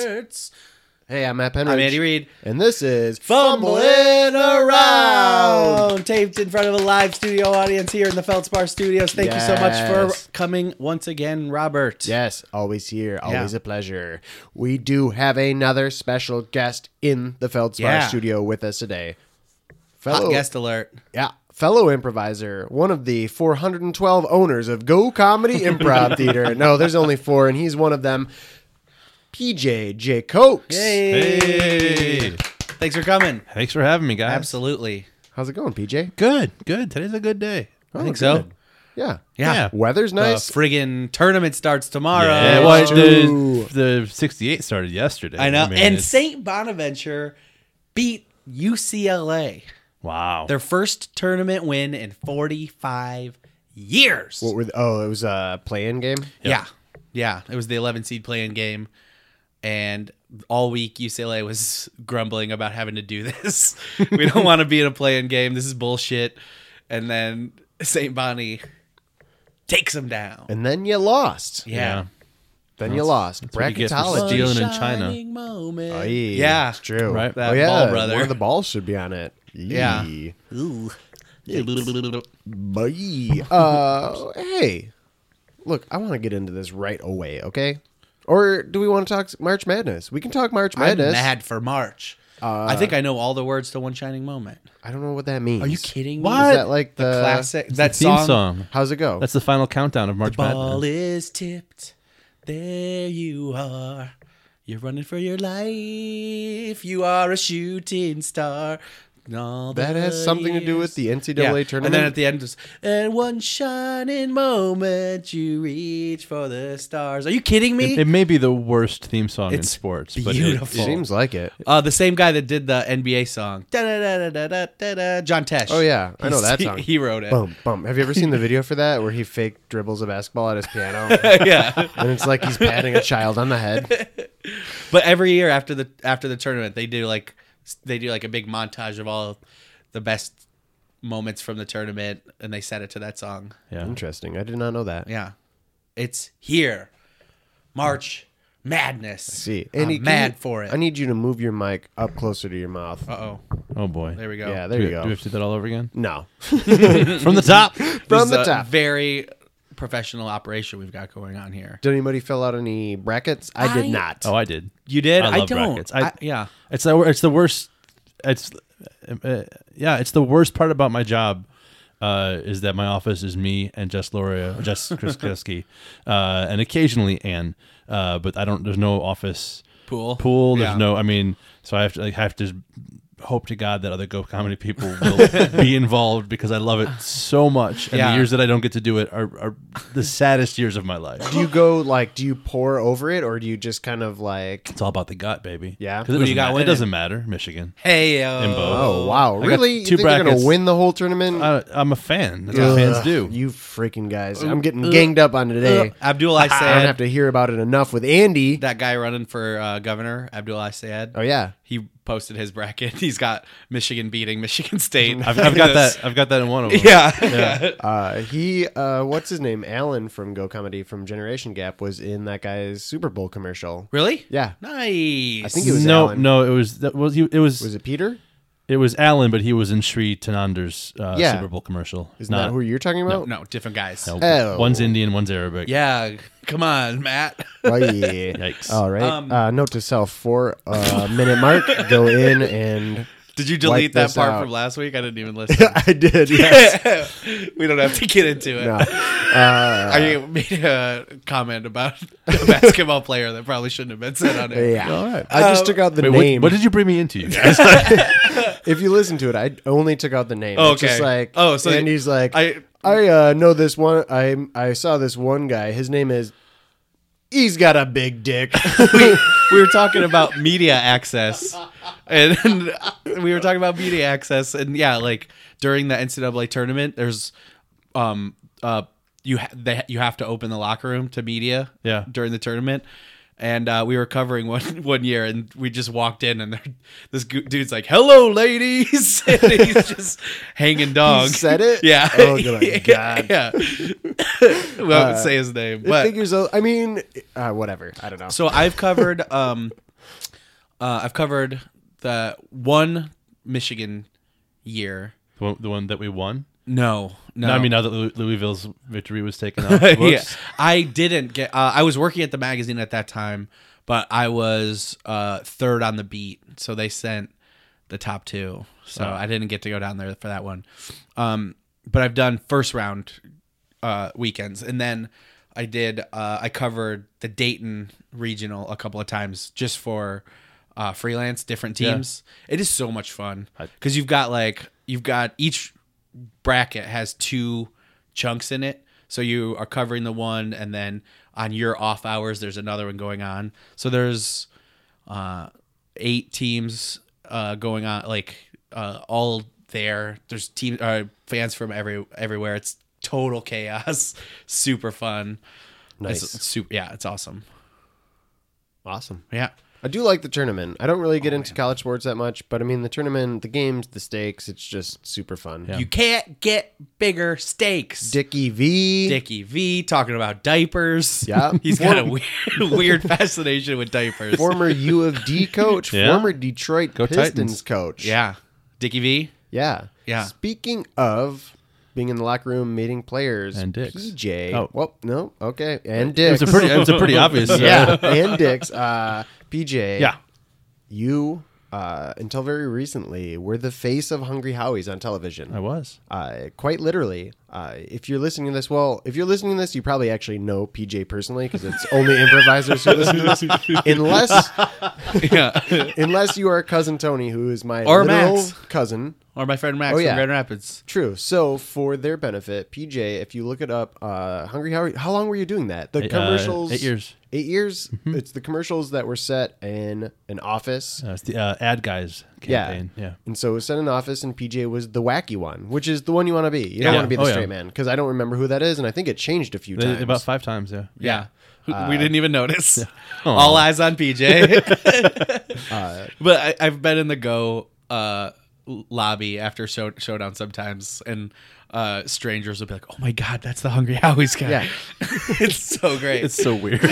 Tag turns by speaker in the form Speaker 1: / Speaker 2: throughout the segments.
Speaker 1: Sports. Hey, I'm Matt Penridge.
Speaker 2: I'm Andy Reid.
Speaker 1: And this is
Speaker 2: Fumbling around, taped in front of a live studio audience here in the Feldspar Studios. Thank you so much
Speaker 1: Yes.
Speaker 2: for coming once again, Robert.
Speaker 1: Yes, always here, always a pleasure. We do have another special guest in the Feldspar
Speaker 2: Yeah.
Speaker 1: studio with us today.
Speaker 2: Hot
Speaker 1: Fellow,
Speaker 2: guest alert.
Speaker 1: yeah, fellow improviser, one of the 412 owners of Go Comedy Improv Theater. No, there's only four, and he's one of them. PJ J. Cokes.
Speaker 2: Hey.
Speaker 3: Hey,
Speaker 2: Thanks for coming.
Speaker 3: thanks for having me, guys.
Speaker 2: Absolutely.
Speaker 1: How's it going, PJ?
Speaker 3: Good, good. Today's a Oh, good day.
Speaker 2: I think so.
Speaker 1: Yeah.
Speaker 2: Yeah.
Speaker 3: Yeah.
Speaker 1: Weather's
Speaker 2: The
Speaker 1: nice.
Speaker 2: friggin' tournament starts tomorrow.
Speaker 3: Yeah,
Speaker 1: it's
Speaker 3: well,
Speaker 1: true.
Speaker 3: the, the 68 started yesterday.
Speaker 2: I know.
Speaker 3: mean,
Speaker 2: and
Speaker 3: it's-
Speaker 2: St. Bonaventure beat UCLA.
Speaker 3: wow.
Speaker 2: Their first tournament win in 45 years.
Speaker 1: What were the, oh, it was a play-in game.
Speaker 2: Yeah. Yeah. It was the 11 seed playing game. And all week, UCLA was grumbling about having to do this. we don't want to be in a playing game. This is bullshit. And then St. Bonnie takes them down.
Speaker 1: And then you lost.
Speaker 2: yeah.
Speaker 1: Then you lost.
Speaker 3: what you get for
Speaker 1: Bracketology.
Speaker 3: stealing in China.
Speaker 2: Shining moment.
Speaker 1: Aye,
Speaker 2: yeah.
Speaker 1: it's true.
Speaker 3: Right.
Speaker 2: That
Speaker 1: oh, yeah,
Speaker 2: ball, brother.
Speaker 1: One of the balls should be on it. Yee.
Speaker 2: Ooh.
Speaker 1: Bye. Uh, hey, look, I want to get into this right away. Okay. Or do we want to talk March Madness? We can talk March
Speaker 2: I'm
Speaker 1: Madness.
Speaker 2: mad for March. I think I know all the words to One Shining Moment.
Speaker 1: I don't know what that means.
Speaker 2: Are you kidding me?
Speaker 1: Is that like the,
Speaker 2: classic? That
Speaker 3: Theme
Speaker 2: song.
Speaker 3: song.
Speaker 1: How's it go?
Speaker 3: That's the final countdown of March
Speaker 2: Ball
Speaker 3: Madness.
Speaker 2: is tipped. There you are. You're running for your life. You are a shooting star. And all
Speaker 1: that
Speaker 2: the
Speaker 1: has something to do
Speaker 2: years-
Speaker 1: with the NCAA
Speaker 2: Yeah.
Speaker 1: tournament.
Speaker 2: And then at the end, just, and one shining moment, you reach for the stars. Are you kidding me?
Speaker 3: It may be the worst theme song in
Speaker 2: It's
Speaker 3: sports, but
Speaker 2: beautiful.
Speaker 3: it-
Speaker 1: seems like it.
Speaker 2: Uh, the same guy that did the NBA song, Da-da-da-da-da-da-da, John Tesh.
Speaker 1: Oh yeah, I know
Speaker 2: He's-
Speaker 1: that
Speaker 2: he-
Speaker 1: song.
Speaker 2: He, wrote it.
Speaker 1: Bum bum. Have you ever seen the video for that where he fake dribbles a basketball at his piano
Speaker 2: yeah,
Speaker 1: and it's like he's patting a child on the head?
Speaker 2: but every year after the after the tournament, they do like they do like a big montage of all the best moments from the tournament, and they set it to that song.
Speaker 3: yeah.
Speaker 1: Interesting. I did not know that.
Speaker 2: Yeah, it's here, March Madness.
Speaker 1: See,
Speaker 2: I'm
Speaker 1: Andy, can
Speaker 2: mad
Speaker 1: you-
Speaker 2: for it.
Speaker 1: I need you to move your mic up closer to your mouth.
Speaker 2: uh oh,
Speaker 3: Oh boy.
Speaker 2: there we go.
Speaker 1: yeah,
Speaker 3: Do
Speaker 1: there
Speaker 3: we,
Speaker 1: you go.
Speaker 3: do we have to do that all over again?
Speaker 1: no,
Speaker 3: From the top.
Speaker 2: This
Speaker 1: from
Speaker 2: is
Speaker 1: the
Speaker 2: a
Speaker 1: top.
Speaker 2: Very professional operation we've got going on here.
Speaker 1: Did anybody fill out any brackets? I,
Speaker 2: I-
Speaker 1: did not.
Speaker 3: Oh, I did.
Speaker 2: You did?
Speaker 3: I
Speaker 2: I,
Speaker 3: love
Speaker 2: don't.
Speaker 3: brackets.
Speaker 2: I,
Speaker 3: I-
Speaker 2: yeah.
Speaker 3: It's the it's the worst. It's uh, yeah, it's the worst part about my job uh, is that my office is me and Jess Loria, Jess Kriskowski, uh, and occasionally Anne. Uh, but I don't. There's no office
Speaker 2: Pool.
Speaker 3: Pool. There's
Speaker 2: Yeah.
Speaker 3: no. I mean, so I have to like, have to hope to God that other Go Comedy people will be involved because I love it so much. And
Speaker 2: Yeah.
Speaker 3: the years that I don't get to do it are, are the saddest years of my life.
Speaker 1: Do you go like? Do you pour over it, or do you just kind of like?
Speaker 3: It's all about the gut, baby.
Speaker 1: Yeah.
Speaker 3: 'Cause
Speaker 2: Who
Speaker 3: it,
Speaker 2: you
Speaker 3: doesn't
Speaker 2: got
Speaker 3: matter. it
Speaker 2: winning?
Speaker 3: doesn't matter. Michigan.
Speaker 2: Hey,
Speaker 3: Imbo.
Speaker 1: Oh wow,
Speaker 3: I got
Speaker 1: really? You
Speaker 3: two
Speaker 1: think you're gonna
Speaker 3: brackets.
Speaker 1: win the whole tournament?
Speaker 3: I, I'm a fan. That's what fans
Speaker 1: Ugh,
Speaker 3: do. Uh,
Speaker 1: You freaking guys! I'm getting ganged up on today.
Speaker 2: Abdul
Speaker 1: I don't have
Speaker 2: Isayad,
Speaker 1: to hear about it enough with Andy.
Speaker 2: that guy running for uh, governor, Abdul Isayad.
Speaker 1: oh yeah,
Speaker 2: He posted his bracket. He's got Michigan beating Michigan State.
Speaker 3: I've, I've got that. I've got that in one of them.
Speaker 2: Yeah. yeah.
Speaker 1: uh, he uh, what's his name? Alan from Go Comedy from Generation Gap was in that guy's Super Bowl commercial.
Speaker 2: Really?
Speaker 1: Yeah,
Speaker 2: Nice.
Speaker 1: I think it was
Speaker 3: no,
Speaker 1: Alan.
Speaker 3: no. It was that was he, it was,
Speaker 1: Was
Speaker 3: it?
Speaker 1: it Peter?
Speaker 3: was Alan, but he was in Sri Tanander's uh,
Speaker 1: Yeah.
Speaker 3: Super Bowl commercial.
Speaker 1: Isn't that who you're talking about?
Speaker 2: no, different guys.
Speaker 1: Oh.
Speaker 3: One's Indian, one's Arabic.
Speaker 2: Yeah. Come on, Matt.
Speaker 1: Oh yeah.
Speaker 3: Yikes.
Speaker 1: All right.
Speaker 2: Um,
Speaker 1: uh, note to self: four uh, minute mark. Go in and
Speaker 2: Did you delete that
Speaker 1: this
Speaker 2: part
Speaker 1: out.
Speaker 2: from last week? I didn't even listen.
Speaker 1: I did. Yes.
Speaker 2: we don't have to get into it.
Speaker 1: No. Uh,
Speaker 2: I made a comment about a basketball player that probably shouldn't have been said on it.
Speaker 1: Yeah. I just took out the
Speaker 3: Wait, what-
Speaker 1: name.
Speaker 3: What, did you bring me into, you guys?
Speaker 1: if you listen to it, I only took out the name.
Speaker 2: Oh,
Speaker 1: It's just
Speaker 2: okay.
Speaker 1: like
Speaker 2: Oh, so
Speaker 1: and he's like I
Speaker 2: I-
Speaker 1: uh, know this one. I I saw this one guy. His name is. He's got a big dick.
Speaker 2: we were talking about media access and, and we were talking about media access and yeah like during the ncaa tournament there's um uh you ha- they, you have to open the locker room to media
Speaker 3: Yeah.
Speaker 2: during the tournament And uh, we were covering one one year, and we just walked in, and there- this gu- dude's like, "Hello, ladies," and he's just hanging dog.
Speaker 1: said it?
Speaker 2: Yeah.
Speaker 1: Oh, good God.
Speaker 2: yeah. we won't say his
Speaker 1: It
Speaker 2: name, but
Speaker 1: figures out. I mean, uh, whatever. I don't know.
Speaker 2: so I've covered um uh I've covered the one Michigan year.
Speaker 3: The one, the one that we won.
Speaker 2: No. No.
Speaker 3: No, I mean, now that Lou- Louisville's victory was taken off.
Speaker 2: yeah,
Speaker 3: Whoops.
Speaker 2: I didn't get uh, I was working at the magazine at that time, but I was uh third on the beat. So they sent the top 2. So I didn't get to go down there for that one. Um but I've done first round uh weekends and then I did uh I covered the Dayton regional a couple of times just for uh freelance different teams. It is so much fun cuz you've got like you've got each bracket has two chunks in it. So you are covering the one, and then on your off hours, there's another one going on. So there's uh, eight teams uh, going on, like uh, all there. There's team uh, fans from every everywhere. It's total chaos, super fun.
Speaker 1: Nice.
Speaker 2: It's super, yeah, it's awesome.
Speaker 1: awesome.
Speaker 2: Yeah,
Speaker 1: I do like the tournament. I don't
Speaker 3: Oh,
Speaker 1: really get into college sports that much, but I mean, the tournament, the games, the stakes, it's just super fun.
Speaker 2: you can't get bigger stakes.
Speaker 1: Dickie V.
Speaker 2: Dickie V talking about diapers.
Speaker 1: Yeah.
Speaker 2: he's got a weird, weird fascination with diapers.
Speaker 1: Former U of D coach,
Speaker 3: Yeah.
Speaker 1: former Detroit Pistons
Speaker 3: Titans.
Speaker 1: coach.
Speaker 2: Yeah. Dickie V.
Speaker 1: Yeah.
Speaker 2: Yeah.
Speaker 1: Speaking of being in the locker room, meeting players,
Speaker 3: And dicks.
Speaker 1: PJ.
Speaker 3: Oh.
Speaker 1: well, no, okay, and
Speaker 3: It
Speaker 1: dicks.
Speaker 3: was a pretty, it was a pretty obvious. uh,
Speaker 1: yeah, and dicks. Uh, PJ.
Speaker 3: yeah.
Speaker 1: You. Uh, until very recently, were the face of Hungry Howie's on television.
Speaker 3: I was.
Speaker 1: uh, quite literally. Uh, if you're listening to this, well, if you're listening to this, you probably actually know PJ personally because it's only improvisers who listen to this, unless
Speaker 2: Yeah.
Speaker 1: unless you are cousin Tony, who is my
Speaker 2: Or
Speaker 1: literal
Speaker 2: Max.
Speaker 1: cousin.
Speaker 2: or my friend Max
Speaker 1: Oh, yeah.
Speaker 2: from Grand Rapids.
Speaker 1: True. So for their benefit, PJ, if you look it up, uh, Hungry Howie, how long were you doing that? The
Speaker 3: Eight, uh,
Speaker 1: commercials.
Speaker 3: eight years. Mm-hmm.
Speaker 1: Eight years. It's the commercials that were set in an office.
Speaker 3: Uh, it's the uh, ad guys campaign. Yeah.
Speaker 1: And so it was set in an office, and PJ was the wacky one, which is the one you want to be. You don't
Speaker 3: Yeah.
Speaker 1: want to be the
Speaker 3: Oh, yeah.
Speaker 1: straight man because I don't remember who that is, and I think it changed a few
Speaker 3: They-
Speaker 1: times.
Speaker 3: About five times. Yeah.
Speaker 2: Yeah. we didn't even notice. All eyes on PJ. but I, I've been in the Go uh, l- lobby after show, Showdown sometimes, and uh, strangers will be like, oh my God, that's the Hungry Howie's guy.
Speaker 1: Yeah.
Speaker 2: it's so great.
Speaker 3: It's so weird.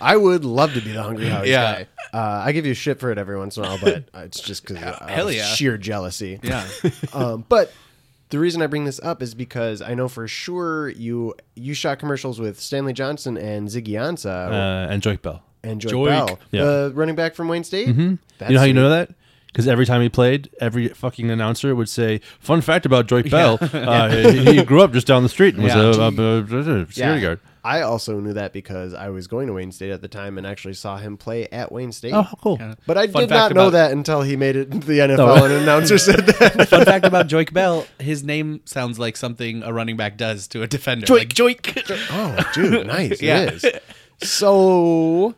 Speaker 1: I would love to be the hungry house
Speaker 2: Yeah.
Speaker 1: guy. Uh, I give you shit for it every once in a while, but it's just because
Speaker 2: Hell yeah.
Speaker 1: sheer jealousy.
Speaker 2: yeah.
Speaker 1: um, but the reason I bring this up is because I know for sure you you shot commercials with Stanley Johnson and Ziggy Ansah
Speaker 3: uh, and Joyke Bell.
Speaker 1: and Joy
Speaker 2: Joik.
Speaker 1: Bell, Uh,
Speaker 3: Yeah. Mm-hmm.
Speaker 1: the running back from Wayne State. That's
Speaker 3: you know how you
Speaker 1: sweet.
Speaker 3: know that? Because every time he played, every fucking announcer would say, "Fun fact about Joyke Bell: uh, he, he grew up just down the street and was
Speaker 2: Yeah.
Speaker 3: a, a, a- a security guard."
Speaker 1: I also knew that because I was going to Wayne State at the time and actually saw him play at Wayne State.
Speaker 3: Oh, cool!
Speaker 1: But I
Speaker 2: Fun
Speaker 1: did not
Speaker 2: fact
Speaker 1: know
Speaker 2: about-
Speaker 1: that until he made it into the NFL
Speaker 3: No.
Speaker 1: and an announcer said that.
Speaker 2: Fun fact about Joik Bell, his name sounds like something a running back does to a defender. Like, Joik.
Speaker 1: Oh, dude, nice.
Speaker 2: Yeah.
Speaker 1: It is. So,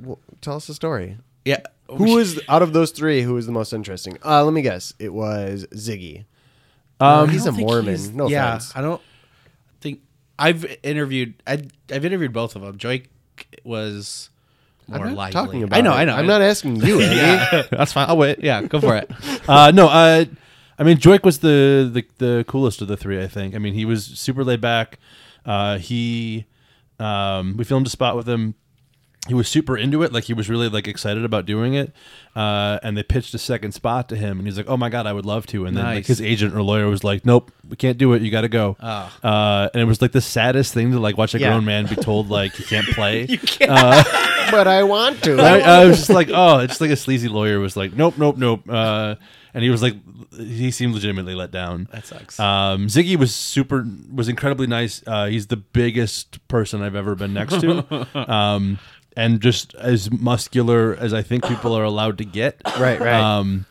Speaker 1: well, tell us the story.
Speaker 2: yeah.
Speaker 1: Who was out of those three? Who was the most interesting? Uh, let me guess. It was Ziggy. Um, he's a Mormon. no
Speaker 2: yeah,
Speaker 1: offense.
Speaker 2: I don't think I've interviewed. I, I've interviewed both of them. Joy was more
Speaker 1: I'm not
Speaker 2: lively.
Speaker 1: talking about.
Speaker 2: I know.
Speaker 1: it.
Speaker 2: I know.
Speaker 1: I'm not asking you. Eddie.
Speaker 3: That's fine. I'll wait.
Speaker 2: Yeah, go for it.
Speaker 3: uh, no, uh, I mean Joik was the, the the coolest of the three. I think. I mean, he was super laid back. Uh, he, um, we filmed a spot with him. He was super into it, like he was really like excited about doing it. Uh, and they pitched a second spot to him, and he's like, "Oh my god, I would love to." And then like,
Speaker 2: Nice.
Speaker 3: his agent or lawyer was like, "Nope, we can't do it. You got to go." Uh, and it was like the saddest thing to like watch a
Speaker 1: Yeah.
Speaker 3: grown man be told like he can't play.
Speaker 1: but I want to.
Speaker 3: I, I was just like, oh, it's like a sleazy lawyer was like, nope, nope, nope. Uh, and he was like, he seemed legitimately let down.
Speaker 2: That sucks.
Speaker 3: Um, Ziggy was super, was incredibly nice. Uh, he's the biggest person I've ever been next to. um, and just as muscular as I think people are allowed to get.
Speaker 1: right. Right.
Speaker 3: Um,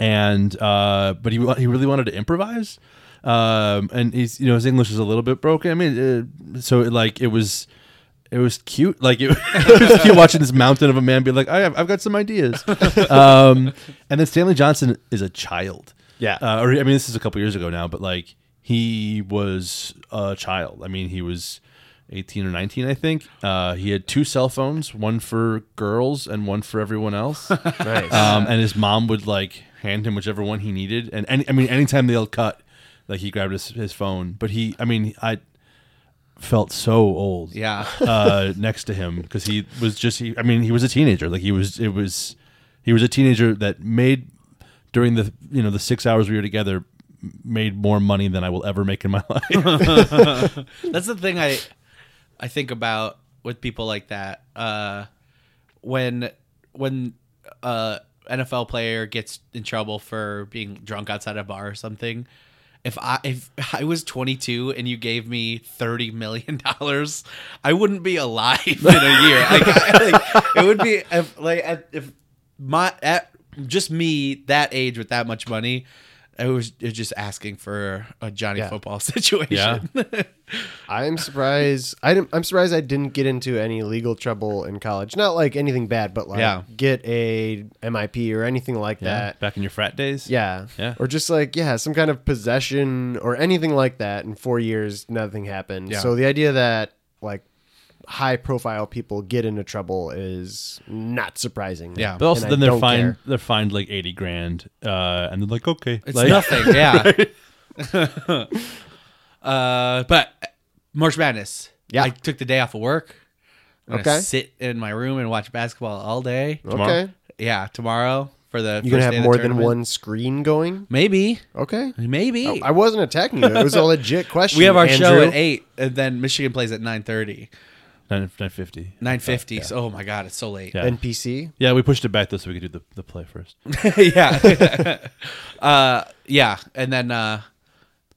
Speaker 3: and uh, but he wa- he really wanted to improvise, um, and he's you know his English is a little bit broken. I mean, uh, so like it was. It was cute, like it, it was cute watching this mountain of a man be like, "I have, I've got some ideas," um, and then Stanley Johnson is a child.
Speaker 1: Yeah.
Speaker 3: uh, or I mean, this is a couple years ago now, but like he was a child. I mean, he was 18 or 19, I think. Uh, he had two cell phones, one for girls and one for everyone else.
Speaker 1: Nice.
Speaker 3: um, and his mom would like hand him whichever one he needed. And any, I mean, anytime they'll cut, like he grabbed his, his phone. But he, I mean, I felt so old.
Speaker 2: Yeah.
Speaker 3: uh, next to him because he was just he. I mean, he was a teenager. Like he was. It was. He was a teenager that made during the you know the six hours we were together m- made more money than I will ever make in my life.
Speaker 2: That's the thing I I think about with people like that. Uh, when when uh, a NFL player gets in trouble for being drunk outside a bar or something, if I if I was 22 and you gave me 30 million dollars, I wouldn't be alive in a year. like, I, like it would be if, like at- if my at just me that age with that much money. I was, it was just asking for a Johnny
Speaker 1: Yeah.
Speaker 2: football situation.
Speaker 1: I'm surprised. I didn't, I'm surprised I didn't get into any legal trouble in college. Not like anything bad, but like
Speaker 2: Yeah.
Speaker 1: get a MIP or anything like that.
Speaker 3: back in your frat days.
Speaker 1: Yeah.
Speaker 3: Yeah.
Speaker 1: Or just like, yeah, some kind of possession or anything like that. In four years, nothing happened.
Speaker 2: Yeah.
Speaker 1: So the idea that like high profile people get into trouble is not surprising.
Speaker 2: Yeah.
Speaker 3: But also,
Speaker 1: And I
Speaker 3: then they're
Speaker 1: don't
Speaker 3: fined.
Speaker 1: care.
Speaker 3: They're fined like eighty grand, uh, and they're like, okay,
Speaker 2: It's
Speaker 3: like,
Speaker 2: nothing, yeah. uh, but March Madness.
Speaker 1: Yeah.
Speaker 2: I took the day off of work. I'm gonna
Speaker 1: Okay.
Speaker 2: sit in my room and watch basketball all day.
Speaker 3: Tomorrow.
Speaker 1: Okay.
Speaker 2: Yeah, tomorrow for the
Speaker 1: You're going
Speaker 2: first
Speaker 1: to have
Speaker 2: day of the
Speaker 1: more than
Speaker 2: tournament.
Speaker 1: one screen going?
Speaker 2: Maybe,
Speaker 1: Okay.
Speaker 2: maybe.
Speaker 1: I wasn't attacking you. It was a legit question.
Speaker 2: we have our show
Speaker 1: Andrew.
Speaker 2: at eight, and then Michigan plays at nine thirty,
Speaker 3: nine nine fifty.
Speaker 2: nine fifty. So, oh my god, it's so late.
Speaker 3: Yeah.
Speaker 1: NPC.
Speaker 3: Yeah, we pushed it back though, so we could do the, the play first.
Speaker 2: yeah. uh, yeah. And then, uh,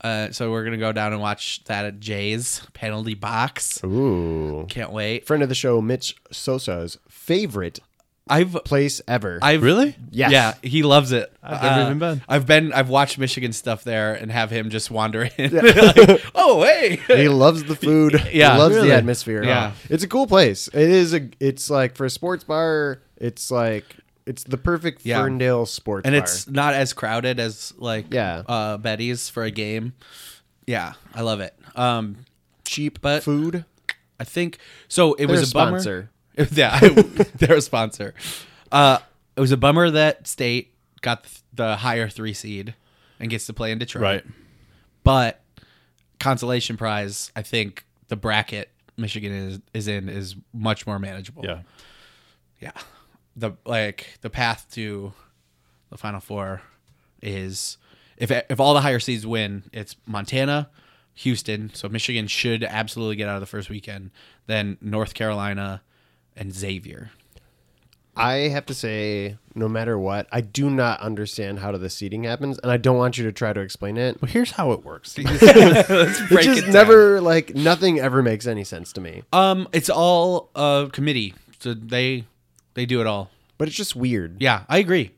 Speaker 2: uh, so we're going to go down and watch that at Jay's penalty box.
Speaker 1: Oh. Ooh.
Speaker 2: Can't wait.
Speaker 1: friend of the show, Mitch Sosa's favorite
Speaker 2: I've,
Speaker 1: place ever.
Speaker 2: I've
Speaker 3: Really?
Speaker 1: Yes.
Speaker 2: Yeah. He loves it. Uh,
Speaker 3: I've never even been.
Speaker 2: I've been, I've watched Michigan stuff there and have him just wander in. Like, oh, hey.
Speaker 1: he loves the food.
Speaker 2: Yeah,
Speaker 1: he loves
Speaker 2: really.
Speaker 1: the atmosphere.
Speaker 2: Yeah.
Speaker 1: it's a cool place. It is a. It's like for a sports bar. It's like it's the perfect
Speaker 2: Yeah.
Speaker 1: Ferndale sports.
Speaker 2: And
Speaker 1: bar.
Speaker 2: it's not as crowded as like,
Speaker 1: Yeah.
Speaker 2: uh, Betty's for a game. Yeah. I love it. Um,
Speaker 1: cheap
Speaker 2: but-
Speaker 1: food.
Speaker 2: I think so. It
Speaker 1: They're
Speaker 2: was
Speaker 1: a
Speaker 2: a bummer.
Speaker 1: sponsor.
Speaker 2: yeah, I- they're a sponsor. Uh, it was a bummer that State got th- the higher three seed and gets to play in Detroit.
Speaker 3: Right.
Speaker 2: But consolation prize, I think the bracket Michigan is is in is much more manageable.
Speaker 3: Yeah.
Speaker 2: yeah. The like the path to the Final Four is if if all the higher seeds win, it's Montana, Houston. So Michigan should absolutely get out of the first weekend. Then North Carolina and Xavier.
Speaker 1: I have to say, no matter what, I do not understand how the seating happens, and I don't want you to try to explain it.
Speaker 3: But here's how it works.
Speaker 1: It
Speaker 2: Break it
Speaker 1: just
Speaker 2: down.
Speaker 1: never like nothing ever makes any sense to me.
Speaker 2: Um, it's all uh committee. So they they do it all.
Speaker 1: But it's just weird.
Speaker 2: Yeah, I agree.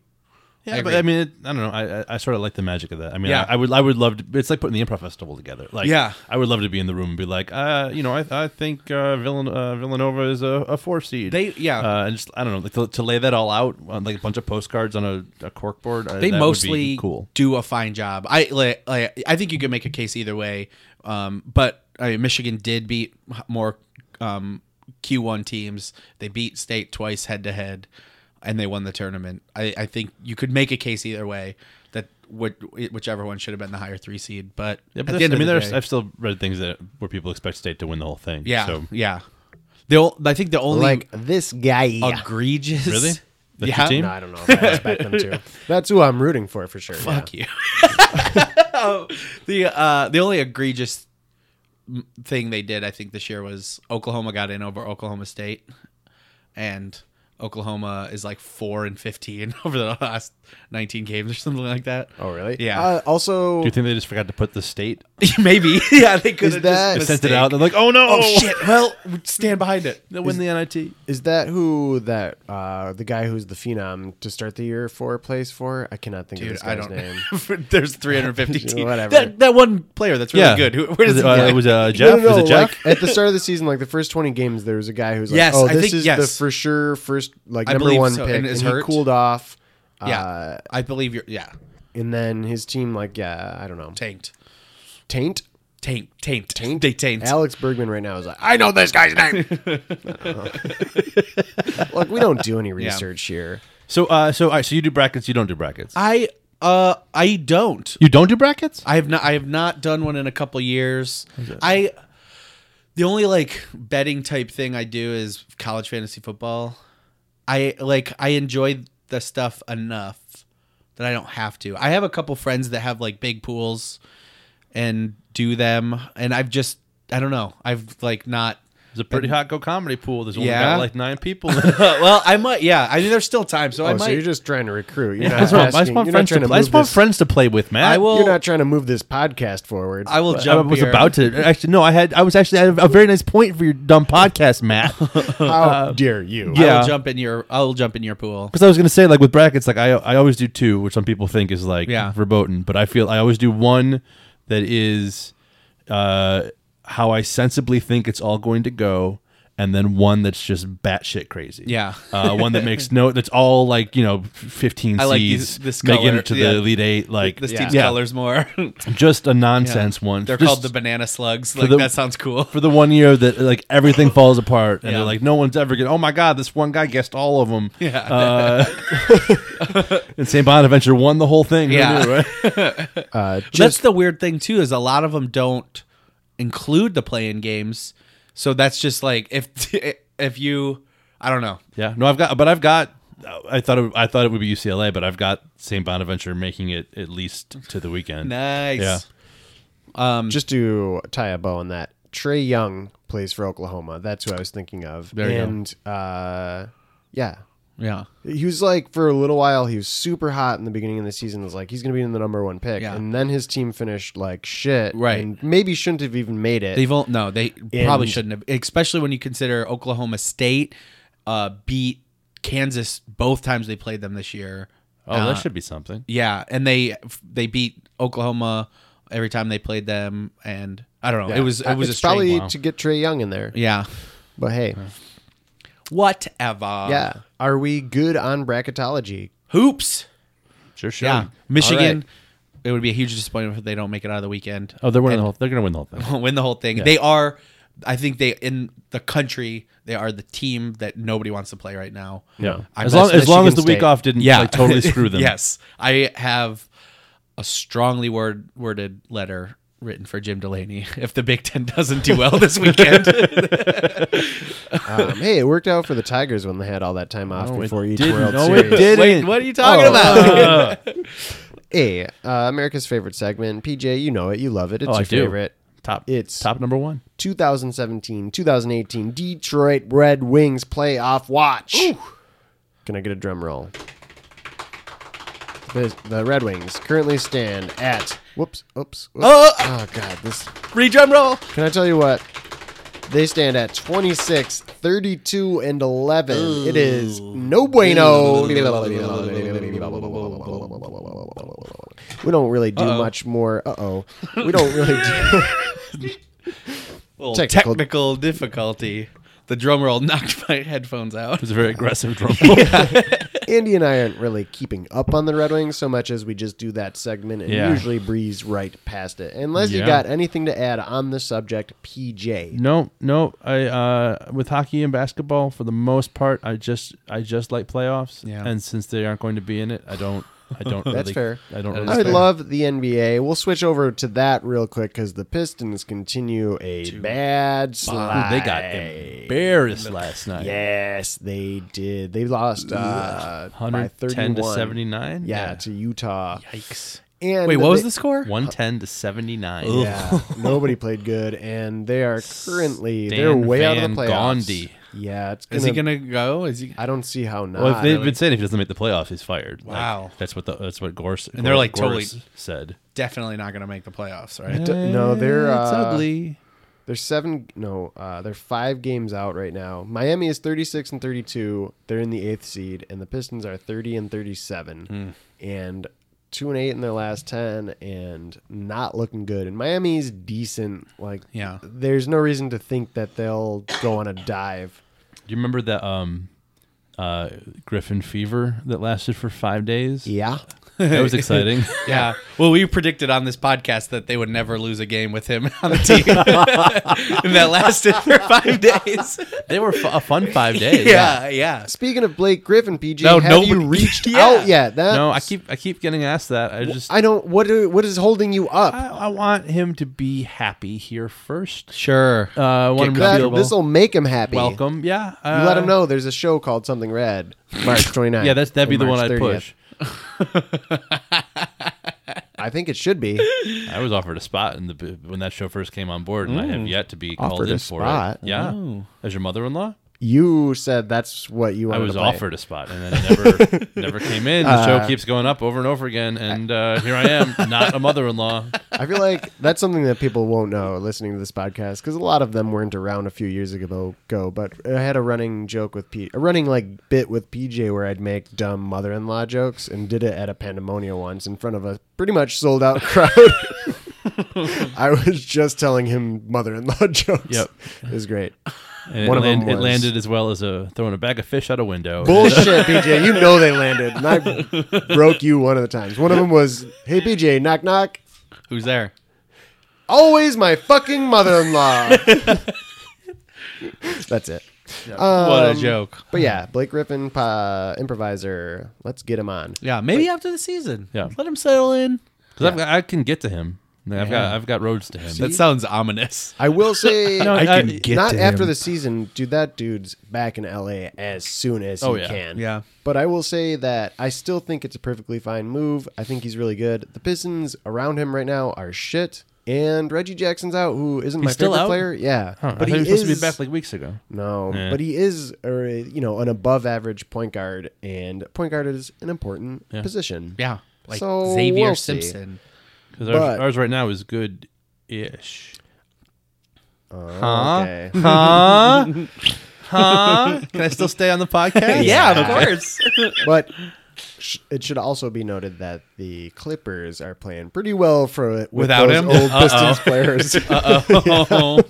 Speaker 3: Yeah,
Speaker 2: I
Speaker 3: but
Speaker 2: agree.
Speaker 3: I mean, it, I don't know. I, I I sort of like the magic of that. I mean,
Speaker 2: Yeah.
Speaker 3: I, I would I would love to. It's like putting the improv festival together. Like,
Speaker 2: Yeah.
Speaker 3: I would love to be in the room and be like, uh, you know, I I think uh, Villan- uh, Villanova is a, a four seed.
Speaker 2: They- yeah.
Speaker 3: uh, and just I don't know, like to, to lay that all out on like a bunch of postcards on a, a cork board. uh,
Speaker 2: They
Speaker 3: that would be
Speaker 2: mostly
Speaker 3: cool.
Speaker 2: do a fine job. I like, like I think you could make a case either way. Um, but I mean, Michigan did beat more um, Q1 teams. They beat State twice head to head, and they won the tournament. I, I think you could make a case either way that would whichever one should have been the higher three seed. But,
Speaker 3: Yeah,
Speaker 2: at
Speaker 3: but
Speaker 2: the end
Speaker 3: there's- I
Speaker 2: of
Speaker 3: mean,
Speaker 2: the
Speaker 3: there's
Speaker 2: day-
Speaker 3: I've still read things that where people expect state to win the whole thing.
Speaker 2: yeah,
Speaker 3: so
Speaker 2: yeah. The ol- I think the only
Speaker 1: Like this guy.
Speaker 2: egregious
Speaker 3: Really? That's your
Speaker 2: yeah.
Speaker 3: team?
Speaker 1: No, I don't know. If I expect them to. That's who I'm rooting for for sure. yeah.
Speaker 2: Fuck you. Oh, the uh, the only egregious m- thing they did, I think, this year was Oklahoma got in over Oklahoma State, and Oklahoma is like four and fifteen over the last nineteen games or something like that.
Speaker 1: Oh, really?
Speaker 2: Yeah.
Speaker 1: Uh, also,
Speaker 3: do you think they just forgot to put the state
Speaker 2: Maybe. Yeah, they could
Speaker 1: Is
Speaker 2: have
Speaker 1: that-
Speaker 2: just
Speaker 1: They
Speaker 3: sent it
Speaker 2: mistake-
Speaker 3: out? They're like, oh no,
Speaker 2: Oh shit! Well, stand behind it.
Speaker 3: They'll win the NIT.
Speaker 1: is that who that uh, the guy who's the phenom to start the year for plays for? I cannot think of
Speaker 2: Dude,
Speaker 1: this
Speaker 2: I
Speaker 1: guy's
Speaker 2: don't.
Speaker 1: name.
Speaker 2: There's 350 teams.
Speaker 1: Whatever.
Speaker 2: That, that one player that's really good. Who, where does
Speaker 3: was it,
Speaker 2: he
Speaker 3: uh,
Speaker 2: play?
Speaker 3: it was uh,
Speaker 1: No,
Speaker 3: Jeff.
Speaker 1: no, no,
Speaker 3: was it Jack?
Speaker 1: like, at the start of the season, like the first twenty games, there was a guy who's like,
Speaker 2: Yes,
Speaker 1: "Oh,
Speaker 2: I
Speaker 1: this
Speaker 2: think-
Speaker 1: is the
Speaker 2: yes.
Speaker 1: for sure first like
Speaker 2: I
Speaker 1: number
Speaker 2: believe
Speaker 1: one
Speaker 2: so,
Speaker 1: pick,"
Speaker 2: and
Speaker 1: and,
Speaker 2: is
Speaker 1: he
Speaker 2: hurt.
Speaker 1: cooled off.
Speaker 2: yeah,
Speaker 1: uh,
Speaker 2: I believe you're. Yeah,
Speaker 1: and then his team like yeah, I don't know,
Speaker 2: tanked.
Speaker 1: taint.
Speaker 2: taint, taint, They taint.
Speaker 1: Alex Bergman right now is like, I know this guy's name. Look, we don't do any research here.
Speaker 3: So, uh, so, all right, so you do brackets. You don't do brackets.
Speaker 2: I uh I don't.
Speaker 3: you don't do brackets.
Speaker 2: I have not I have not done one in a couple years. I the only like betting type thing I do is college fantasy football. I like I enjoy the stuff enough that I don't have to. I have a couple friends that have like big pools and do them and I've just I don't know. I've like not
Speaker 3: It's a pretty hot go comedy pool. There's only
Speaker 2: Yeah.
Speaker 3: got like nine people. in it.
Speaker 2: well, I might yeah, I mean there's still time, so I
Speaker 1: Oh,
Speaker 2: might
Speaker 1: so you're just trying to recruit. You're
Speaker 3: I just
Speaker 1: not
Speaker 3: want,
Speaker 1: asking,
Speaker 3: I just want
Speaker 1: you're not
Speaker 3: friends to,
Speaker 1: trying to
Speaker 3: play- I
Speaker 1: move
Speaker 3: just want
Speaker 1: this-
Speaker 3: friends to play with, Matt.
Speaker 2: I will Uh,
Speaker 1: You're not trying to move this podcast forward.
Speaker 2: I will
Speaker 3: I
Speaker 2: jump
Speaker 3: was
Speaker 2: here.
Speaker 3: about to actually. No, I had. I was actually. I had a very nice point for your dumb podcast, Matt. Because
Speaker 1: How
Speaker 2: uh,
Speaker 1: dare you?
Speaker 3: yeah.
Speaker 2: I will jump in your I'll jump in your pool.
Speaker 3: I was going to say, like with brackets, like I, I always do two, which some people think is like
Speaker 2: Yeah.
Speaker 3: verboten, but I feel I always do one that is uh, how I sensibly think it's all going to go, and then one that's just batshit crazy.
Speaker 2: Yeah.
Speaker 3: uh, one that makes no. That's all like you know, fifteen
Speaker 2: I like
Speaker 3: seeds
Speaker 2: these- this
Speaker 3: making
Speaker 2: color,
Speaker 3: it to
Speaker 2: yeah.
Speaker 3: the elite eight. Like
Speaker 2: This
Speaker 3: yeah.
Speaker 2: team's
Speaker 3: Yeah.
Speaker 2: colors more.
Speaker 3: just a nonsense one.
Speaker 2: They're
Speaker 3: Just-
Speaker 2: called the banana slugs. Like
Speaker 3: the-
Speaker 2: that sounds cool.
Speaker 3: for the one year that like everything falls apart and
Speaker 2: Yeah.
Speaker 3: they're like no one's ever gonna oh my god this one guy guessed all of them
Speaker 2: Yeah.
Speaker 3: and St. Bonaventure won the whole thing Who
Speaker 2: Yeah.
Speaker 3: knew, right?
Speaker 1: Uh,
Speaker 2: that's
Speaker 1: just
Speaker 2: the weird thing too is a lot of them don't include the play-in games. So that's just like if if you I don't know.
Speaker 3: yeah no I've got but I've got I thought it, I thought it would be UCLA but I've got St. Bonaventure making it at least to the weekend
Speaker 2: Nice.
Speaker 3: yeah
Speaker 1: just to tie a bow on that. Trey Young plays for Oklahoma. That's who I was thinking of.
Speaker 2: There you go.
Speaker 1: and uh, yeah,
Speaker 2: Yeah.
Speaker 1: he was like for a little while he was super hot in the beginning of the season. It was like he's going to be in the number one pick,
Speaker 2: Yeah.
Speaker 1: and then his team finished like shit.
Speaker 2: Right.
Speaker 1: and maybe shouldn't have even made it.
Speaker 2: They've all, no, they probably
Speaker 1: And-
Speaker 2: shouldn't have, especially when you consider Oklahoma State uh, beat Kansas both times they played them this year.
Speaker 3: oh that should be something
Speaker 2: Yeah, and they they beat Oklahoma every time they played them, and I don't know. It was
Speaker 1: Uh,
Speaker 2: it was a
Speaker 1: it's
Speaker 2: string.
Speaker 1: probably
Speaker 3: wow.
Speaker 1: to get Trey Young in there.
Speaker 2: yeah,
Speaker 1: But hey,
Speaker 2: whatever.
Speaker 1: yeah, are we good on bracketology?
Speaker 2: hoops.
Speaker 3: sure sure
Speaker 2: Yeah, Michigan.
Speaker 1: All right.
Speaker 2: It would be a huge disappointment if they don't make it out of the weekend.
Speaker 3: oh they're winning the whole they're gonna win the whole thing
Speaker 2: win the whole thing. They are, I think they in the country they are the team that nobody wants to play right now.
Speaker 3: yeah
Speaker 2: I'm
Speaker 3: as long
Speaker 1: best
Speaker 3: as long as the
Speaker 1: Michigan
Speaker 3: week
Speaker 1: State.
Speaker 3: off didn't like, totally screw them
Speaker 2: yes, I have a strongly word worded letter written for Jim Delaney if the Big Ten doesn't do well this weekend.
Speaker 1: Um, hey, it worked out for the Tigers when they had all that time off before each
Speaker 3: didn't.
Speaker 1: World
Speaker 3: No, it
Speaker 1: Series.
Speaker 3: didn't.
Speaker 2: Wait, what are you talking
Speaker 1: Oh.
Speaker 3: Uh,
Speaker 2: about?
Speaker 1: Hey, uh, America's favorite segment, PJ. You know it. You love it. It's
Speaker 3: Oh, I
Speaker 1: your
Speaker 3: do.
Speaker 1: favorite.
Speaker 3: top
Speaker 1: It's-
Speaker 3: it's top number one
Speaker 1: 2017, 2018 Detroit Red Wings playoff watch. Can I get a drum roll? The, the Red Wings currently stand at whoops, oops, whoops.
Speaker 2: Oh!
Speaker 1: oh god, this.
Speaker 2: Free drum roll.
Speaker 1: Can I tell you what? They stand at 26, 32, and 11. It is no bueno. We don't really do much more. Uh oh. We don't really do.
Speaker 2: Well,
Speaker 1: Technical-
Speaker 2: technical. difficulty. The drum roll knocked my headphones out.
Speaker 3: it's a very aggressive drum roll
Speaker 1: Andy and I aren't really keeping up on the Red Wings so much as we just do that segment and
Speaker 3: Yeah.
Speaker 1: usually breeze right past it. Unless you
Speaker 3: Yeah.
Speaker 1: got anything to add on the subject, PJ.
Speaker 3: No, no. I uh, with hockey and basketball for the most part, I just I just like playoffs.
Speaker 2: Yeah.
Speaker 3: And since they aren't going to be in it, I don't I don't
Speaker 1: That's
Speaker 3: really
Speaker 1: fair.
Speaker 3: I don't
Speaker 2: That
Speaker 3: really
Speaker 1: I
Speaker 2: is fair.
Speaker 1: love the NBA. We'll switch over to that real quick because the Pistons continue a bad
Speaker 3: Ooh,
Speaker 1: slide.
Speaker 3: they got embarrassed last night.
Speaker 1: Yes, they did. They lost uh, by
Speaker 3: 110
Speaker 1: 31
Speaker 3: to 79.
Speaker 1: Yeah, to Utah.
Speaker 2: Yikes.
Speaker 1: And
Speaker 2: Wait, what was
Speaker 1: they-
Speaker 2: the score?
Speaker 3: 110 to 79.
Speaker 1: Yeah, nobody played good, and they are currently
Speaker 3: Stan
Speaker 1: they're way out of
Speaker 3: Van
Speaker 1: the playoffs.
Speaker 3: Gondy.
Speaker 1: Yeah, it's gonna,
Speaker 2: Is he gonna go? Is he?
Speaker 1: I don't see how not.
Speaker 3: Well, if they've
Speaker 1: Ah, Really.
Speaker 3: been saying if he doesn't make the playoffs, he's fired. Like,
Speaker 2: Wow.
Speaker 3: that's what the, that's what Gorse and
Speaker 2: they're, like, totally-
Speaker 3: said.
Speaker 2: Definitely not gonna make the playoffs, right?
Speaker 1: no, they're,
Speaker 3: Eh, it's
Speaker 1: uh,
Speaker 3: ugly.
Speaker 1: They're seven. No, uh, they're five games out right now. Miami is thirty-six and thirty-two. They're in the eighth seed, and the Pistons are thirty and thirty-seven,
Speaker 3: Hmm.
Speaker 1: and two and eight in their last ten, and not looking good. And Miami's decent. Like,
Speaker 2: Yeah.
Speaker 1: there's no reason to think that they'll go on a dive.
Speaker 3: Do you remember the um, uh, Griffin fever that lasted for five days?
Speaker 1: Yeah.
Speaker 3: That was exciting.
Speaker 2: Yeah. Well, we predicted on this podcast that they would never lose a game with him on the team. and that lasted for five days.
Speaker 3: they were f- a fun five days.
Speaker 2: Yeah, yeah.
Speaker 1: Speaking of Blake Griffin, PJ,
Speaker 2: No,
Speaker 1: have
Speaker 2: nobody-
Speaker 1: you reached
Speaker 2: Yeah.
Speaker 1: out yet? That
Speaker 3: No, I keep I keep getting asked that. I just I,
Speaker 1: I don't. What do, what is holding you up?
Speaker 3: I want him to be happy here first.
Speaker 2: Sure.
Speaker 3: Uh, I want him to
Speaker 1: That
Speaker 3: be
Speaker 1: this will make him happy.
Speaker 3: welcome. Yeah,
Speaker 1: You
Speaker 3: uh,
Speaker 1: let him know there's a show called Something Red, March 29th.
Speaker 3: Yeah, that's that'd be
Speaker 1: or
Speaker 3: the
Speaker 1: March
Speaker 3: one I'd
Speaker 1: 30th.
Speaker 3: push.
Speaker 1: I think it should be
Speaker 3: I was offered a spot in the when that show first came on board, and I have yet to be called
Speaker 1: Offered
Speaker 3: in
Speaker 1: a
Speaker 3: for
Speaker 1: spot?
Speaker 3: it. Yeah, as your mother-in-law,
Speaker 1: you said that's what you
Speaker 3: I
Speaker 1: wanted
Speaker 3: was
Speaker 1: to play.
Speaker 3: offered a spot and then never never came in. The show keeps going up over and over again, and uh, here I am, not a mother-in-law.
Speaker 1: I feel like that's something that people won't know listening to this podcast because a lot of them weren't around a few years ago. Go, but I had a running joke with P, a running like bit with PJ where I'd make dumb mother-in-law jokes and did it at a pandemonium once in front of a pretty much sold-out crowd. I was just telling him mother-in-law jokes.
Speaker 3: Yep.
Speaker 1: it was great.
Speaker 3: And
Speaker 1: One
Speaker 3: it,
Speaker 1: of them
Speaker 3: land- it
Speaker 1: was-
Speaker 3: landed as well as a throwing a bag of fish out a window.
Speaker 1: Bullshit, PJ. You know they landed, and I broke you one of the times. One of them was, "Hey, PJ, knock knock."
Speaker 2: Who's there?
Speaker 1: Always my fucking mother-in-law. That's it.
Speaker 2: what a
Speaker 1: Um,
Speaker 2: joke.
Speaker 1: But yeah, Blake Griffin, pa- improviser. Let's get him on.
Speaker 2: Yeah, maybe after the season.
Speaker 3: Yeah.
Speaker 2: Let him settle in.
Speaker 3: Because I can get to him. I've got I've got roads to him.
Speaker 2: That sounds ominous.
Speaker 1: I will say,
Speaker 3: I can I-
Speaker 4: get
Speaker 1: not
Speaker 4: to
Speaker 1: after
Speaker 4: him.
Speaker 1: the season, dude. That dude's back in LA as soon as
Speaker 3: Oh,
Speaker 1: he
Speaker 3: yeah.
Speaker 1: can.
Speaker 2: Yeah.
Speaker 1: But I will say that I still think it's a perfectly fine move. I think he's really good. The Pistons around him right now are shit. And Reggie Jackson's out, who isn't my
Speaker 3: He's still
Speaker 1: favorite
Speaker 3: out?
Speaker 1: player. Yeah,
Speaker 3: but he,
Speaker 1: he
Speaker 3: was supposed to be
Speaker 1: is-
Speaker 3: back like weeks ago.
Speaker 1: No,
Speaker 3: Yeah.
Speaker 1: but he is, or you know, an above-average point guard, and point guard is an important position.
Speaker 2: Yeah. Like
Speaker 1: So
Speaker 2: Xavier
Speaker 1: we'll see.
Speaker 2: Simpson.
Speaker 3: Because
Speaker 1: But-
Speaker 3: ours, ours right now is good ish.
Speaker 1: Oh, Okay.
Speaker 3: Huh? huh? Can I still stay on the podcast?
Speaker 2: Yeah, of course.
Speaker 1: but sh- it should also be noted that the Clippers are playing pretty well for with
Speaker 2: Without
Speaker 1: those
Speaker 2: him?
Speaker 1: old Pistons players.
Speaker 2: oh.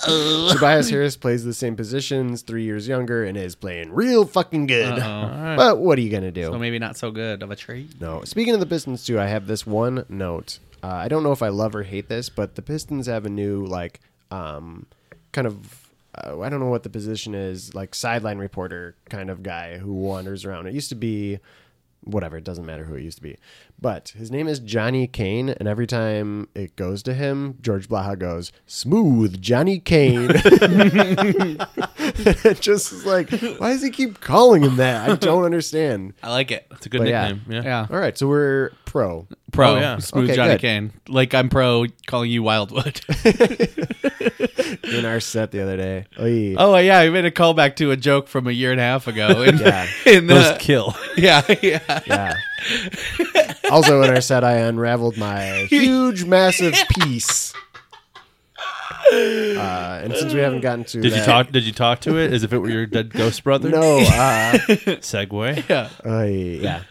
Speaker 1: Tobias Harris plays the same positions, three years younger, and is playing real fucking good. But what are you gonna do?
Speaker 2: So maybe not so good of a trade.
Speaker 1: No. Speaking of the Pistons, too, I have this one note. Uh, I don't know if I love or hate this, but the Pistons have a new like um, kind of uh, I don't know what the position is, like sideline reporter kind of guy who wanders around. It used to be whatever. It doesn't matter who it used to be, but his name is Johnny Kane, and every time it goes to him, George Blaha goes smooth Johnny Kane. it just is like, why does he keep calling him that? I don't understand.
Speaker 2: I like it.
Speaker 3: It's a good
Speaker 1: But yeah.
Speaker 3: nickname. Yeah.
Speaker 2: Yeah.
Speaker 1: All right, so we're pro.
Speaker 2: Pro.
Speaker 3: Oh, yeah.
Speaker 2: Smooth
Speaker 1: Okay,
Speaker 2: Johnny
Speaker 1: good.
Speaker 2: Kane. Like I'm pro calling you Wildwood.
Speaker 1: in our set the other day. Oy.
Speaker 2: oh yeah, I made a callback to a joke from a year and a half ago. In,
Speaker 1: Yeah.
Speaker 2: in the-
Speaker 3: Those kill.
Speaker 2: yeah, yeah.
Speaker 1: Yeah. also in our set, I unraveled my huge, massive piece. Uh, and since we haven't gotten to
Speaker 3: Did you
Speaker 1: that-
Speaker 3: talk? Did you talk to it as if it were your dead ghost brother?
Speaker 1: No. Uh,
Speaker 3: Segway.
Speaker 1: oy, yeah.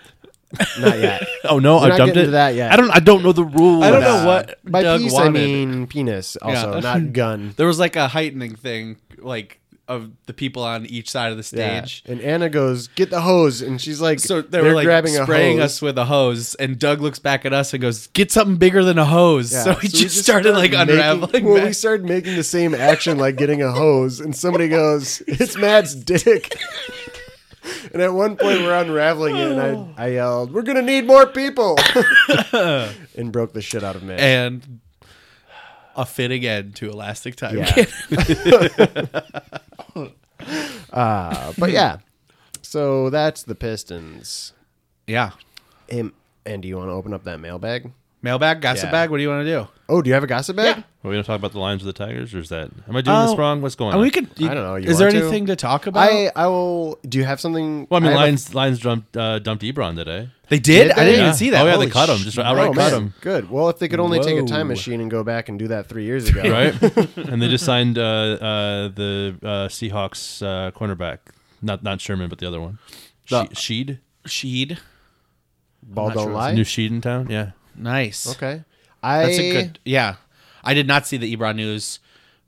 Speaker 1: Not yet.
Speaker 3: Oh no,
Speaker 1: We're
Speaker 3: I
Speaker 1: not
Speaker 3: dumped
Speaker 1: getting
Speaker 3: it.
Speaker 1: to that yet.
Speaker 3: I don't. I don't know the rule.
Speaker 2: I don't know
Speaker 1: Uh,
Speaker 2: what
Speaker 1: by
Speaker 2: Doug
Speaker 1: piece
Speaker 2: wanted.
Speaker 1: I mean penis. Also,
Speaker 2: Yeah.
Speaker 1: not gun.
Speaker 2: There was like a heightening thing, like of the people on each side of the stage.
Speaker 1: Yeah. And Anna goes, "Get the hose," and she's like,
Speaker 2: So they were like
Speaker 1: grabbing a
Speaker 2: spraying
Speaker 1: hose.
Speaker 2: us with a hose, and Doug looks back at us and goes, "Get something bigger than a hose."
Speaker 1: Yeah,
Speaker 2: So we just, started, like
Speaker 1: making-
Speaker 2: unraveling.
Speaker 1: Well,
Speaker 2: that.
Speaker 1: we started making the same action, like getting a hose, and somebody goes, "It's Matt's dick." And at one point, we're unraveling it,
Speaker 3: Oh.
Speaker 1: and I, I yelled, "We're gonna need more people!" and broke the shit out of Matt.
Speaker 2: and a fitting end to Elastic Time.
Speaker 1: Yeah. Uh, but yeah, so that's the Pistons.
Speaker 2: yeah.
Speaker 1: And, and do you want to open up that mailbag?
Speaker 2: Mailbag, gossip
Speaker 1: Yeah.
Speaker 2: bag. What do you want to do?
Speaker 1: Oh, do you have a gossip bag?
Speaker 3: Are we gonna talk about the Lions of the Tigers, or is that? Am I doing this
Speaker 2: Oh,
Speaker 3: wrong? What's going
Speaker 2: And
Speaker 3: on?
Speaker 2: we could.
Speaker 1: I don't know, you
Speaker 2: is there
Speaker 1: want to?
Speaker 2: anything to talk about?
Speaker 1: I I will. Do you have something?
Speaker 3: well, I mean,
Speaker 1: have a-
Speaker 3: Lions. Lions dumped uh, dumped Ebron today.
Speaker 2: they did.
Speaker 1: Did
Speaker 2: I
Speaker 1: they?
Speaker 2: didn't
Speaker 3: Yeah.
Speaker 2: even see that.
Speaker 3: Oh yeah,
Speaker 2: Holy
Speaker 3: they cut him.
Speaker 2: sh-
Speaker 3: Just
Speaker 1: Oh,
Speaker 3: outright cut
Speaker 1: man.
Speaker 3: him.
Speaker 1: Good. Well, if they could only take a time
Speaker 2: Whoa.
Speaker 1: machine and go back and do that three years ago,
Speaker 3: right? and they just signed uh, uh, the uh, Seahawks uh, cornerback, not not Sherman, but the other one,
Speaker 1: The-
Speaker 3: she- Sheed.
Speaker 2: Sheed.
Speaker 1: Ball
Speaker 2: not
Speaker 1: don't
Speaker 2: sure.
Speaker 1: lie.
Speaker 3: New Sheed in town. Yeah,
Speaker 2: Nice.
Speaker 1: Okay. I
Speaker 2: That's a good. Yeah. I did not see the Ebron news.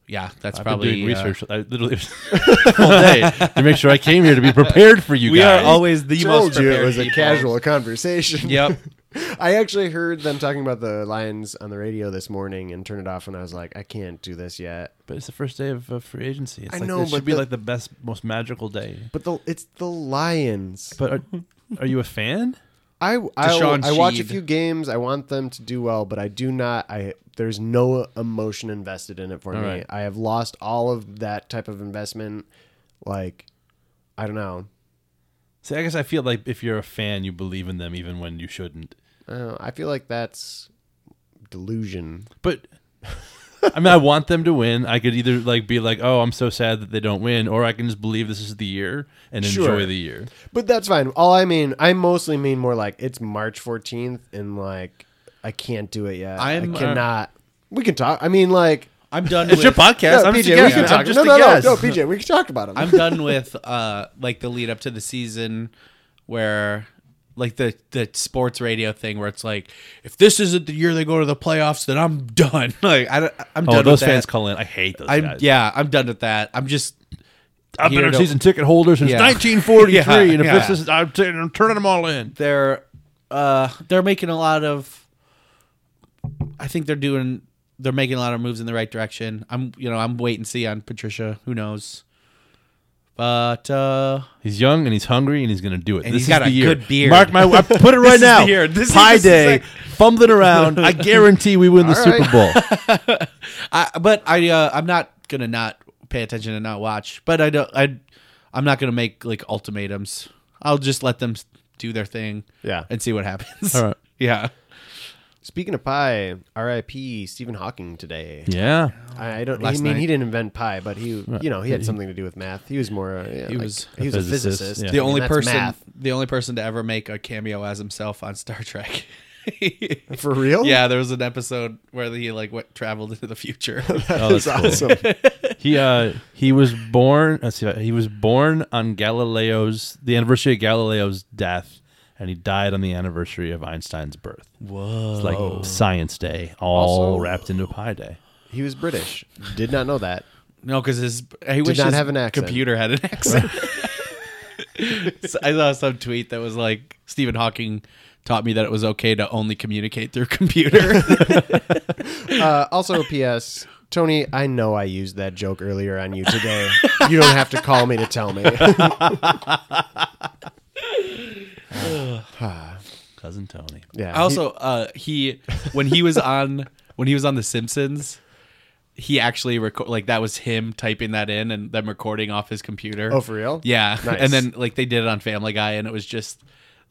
Speaker 2: yeah, that's
Speaker 3: I've
Speaker 2: probably
Speaker 3: been doing
Speaker 2: uh,
Speaker 3: research. I literally all day to make sure I came here to be prepared for you
Speaker 2: we
Speaker 3: guys.
Speaker 2: are always the
Speaker 1: told
Speaker 2: most.
Speaker 1: you it
Speaker 2: prepared
Speaker 1: was a
Speaker 2: people.
Speaker 1: casual conversation.
Speaker 2: Yep.
Speaker 1: I actually heard them talking about the Lions on the radio this morning and turned it off and I was like, I can't do this yet.
Speaker 3: but it's the first day of uh, free agency. It's
Speaker 1: I
Speaker 3: like,
Speaker 1: know,
Speaker 3: this
Speaker 1: but
Speaker 3: should be
Speaker 1: the-
Speaker 3: like the best, most magical day.
Speaker 1: But the it's the Lions.
Speaker 3: But are, are you a fan?
Speaker 1: I I,
Speaker 2: Deshaun
Speaker 1: I watch a
Speaker 2: Sheed.
Speaker 1: few games. I want them to do well, but I do not. I there's no emotion invested in it for me.
Speaker 3: right.
Speaker 1: I have lost all of that type of investment. Like I don't know.
Speaker 3: See, I guess I feel like if you're a fan, you believe in them even when you shouldn't.
Speaker 1: Uh, I feel like that's delusion.
Speaker 3: But I mean, I want them to win. I could either like be like, "Oh, I'm so sad that they don't win," or I can just believe this is the year and enjoy
Speaker 1: Sure.
Speaker 3: the year.
Speaker 1: But that's fine. All I mean, I mostly mean more like it's March 14th and like I can't do it yet.
Speaker 2: I'm,
Speaker 1: I
Speaker 2: uh,
Speaker 1: cannot. we can talk. I mean, like
Speaker 2: I'm done. with,
Speaker 3: It's your podcast.
Speaker 1: no,
Speaker 3: I'm
Speaker 1: PJ,
Speaker 3: just a
Speaker 1: we
Speaker 3: guest.
Speaker 1: can
Speaker 3: I'm
Speaker 1: talk.
Speaker 3: just
Speaker 1: No,
Speaker 3: a
Speaker 1: no, no,
Speaker 3: guest.
Speaker 1: no, PJ, we can talk about it.
Speaker 2: I'm done with uh like the lead up to the season where like the the sports radio thing where it's like if this isn't the year they go to the playoffs then I'm done. Like I don't- I'm done
Speaker 3: Oh,
Speaker 2: with
Speaker 3: those
Speaker 2: that.
Speaker 3: fans call in. I hate those
Speaker 2: I'm
Speaker 3: guys.
Speaker 2: yeah, I'm done with that. I'm just
Speaker 3: I've
Speaker 2: here
Speaker 3: been a
Speaker 2: to-
Speaker 3: season ticket holder since
Speaker 2: Yeah.
Speaker 3: 1943,
Speaker 2: Yeah,
Speaker 3: and if
Speaker 2: yeah.
Speaker 3: this is, I'm, t- I'm turning them all in.
Speaker 2: they're uh they're making a lot of I think they're doing they're making a lot of moves in the right direction. I'm you know, I'm wait and see on Patricia, who knows. But uh
Speaker 3: He's young and he's hungry and he's going to do it.
Speaker 2: And
Speaker 3: this
Speaker 2: he's got
Speaker 3: is the
Speaker 2: a
Speaker 3: year.
Speaker 2: good beard.
Speaker 3: Mark my. I put it right
Speaker 2: is
Speaker 3: now.
Speaker 2: the year. This-
Speaker 3: Pie
Speaker 2: this is
Speaker 3: day,
Speaker 2: like-
Speaker 3: fumbling around. I guarantee we win the
Speaker 1: All
Speaker 3: Super
Speaker 1: right.
Speaker 3: Bowl.
Speaker 2: I but I uh, I'm not gonna not pay attention and not watch. But I don't I I'm not gonna make like ultimatums. I'll just let them s- do their thing.
Speaker 1: Yeah.
Speaker 2: And see what happens.
Speaker 3: All right.
Speaker 2: Yeah.
Speaker 1: Speaking of pie, R.I.P. Stephen Hawking today.
Speaker 3: yeah,
Speaker 1: I I don't. I
Speaker 2: Last
Speaker 1: mean,
Speaker 2: night.
Speaker 1: he didn't invent pi, but he, you know, he had something to do with math. He was more. Uh, yeah,
Speaker 2: He
Speaker 1: like-
Speaker 2: was
Speaker 1: he was a
Speaker 3: physicist,
Speaker 1: physicist.
Speaker 3: yeah.
Speaker 1: I
Speaker 2: The
Speaker 1: mean,
Speaker 2: only
Speaker 1: that's
Speaker 2: person
Speaker 1: math.
Speaker 2: the only person to ever make a cameo as himself on Star Trek.
Speaker 1: for real.
Speaker 2: yeah, there was an episode where he like went traveled into the future.
Speaker 3: oh, that's
Speaker 1: that's
Speaker 3: cool.
Speaker 1: awesome.
Speaker 3: He uh he was born. Let's see. He was born on Galileo's the anniversary of Galileo's death, and he died on the anniversary of Einstein's birth.
Speaker 2: Whoa.
Speaker 3: It's like Science Day, all
Speaker 1: Also-
Speaker 3: wrapped into Pie Day.
Speaker 1: he was British. Did not know that.
Speaker 2: No, because his he wished
Speaker 1: not
Speaker 2: his
Speaker 1: have an accent.
Speaker 2: computer had an accent. So I saw some tweet that was like Stephen Hawking taught me that it was okay to only communicate through computer.
Speaker 1: Uh, also, P.S. Tony, I know I used that joke earlier on you today. you don't have to call me to tell me.
Speaker 3: Cousin Tony.
Speaker 1: yeah.
Speaker 2: I also uh, he when he was on when he was on The Simpsons, he actually record like that was him typing that in and them recording off his computer.
Speaker 1: Oh, for real?
Speaker 2: Yeah,
Speaker 1: Nice.
Speaker 2: and then like they did it on Family Guy, and it was just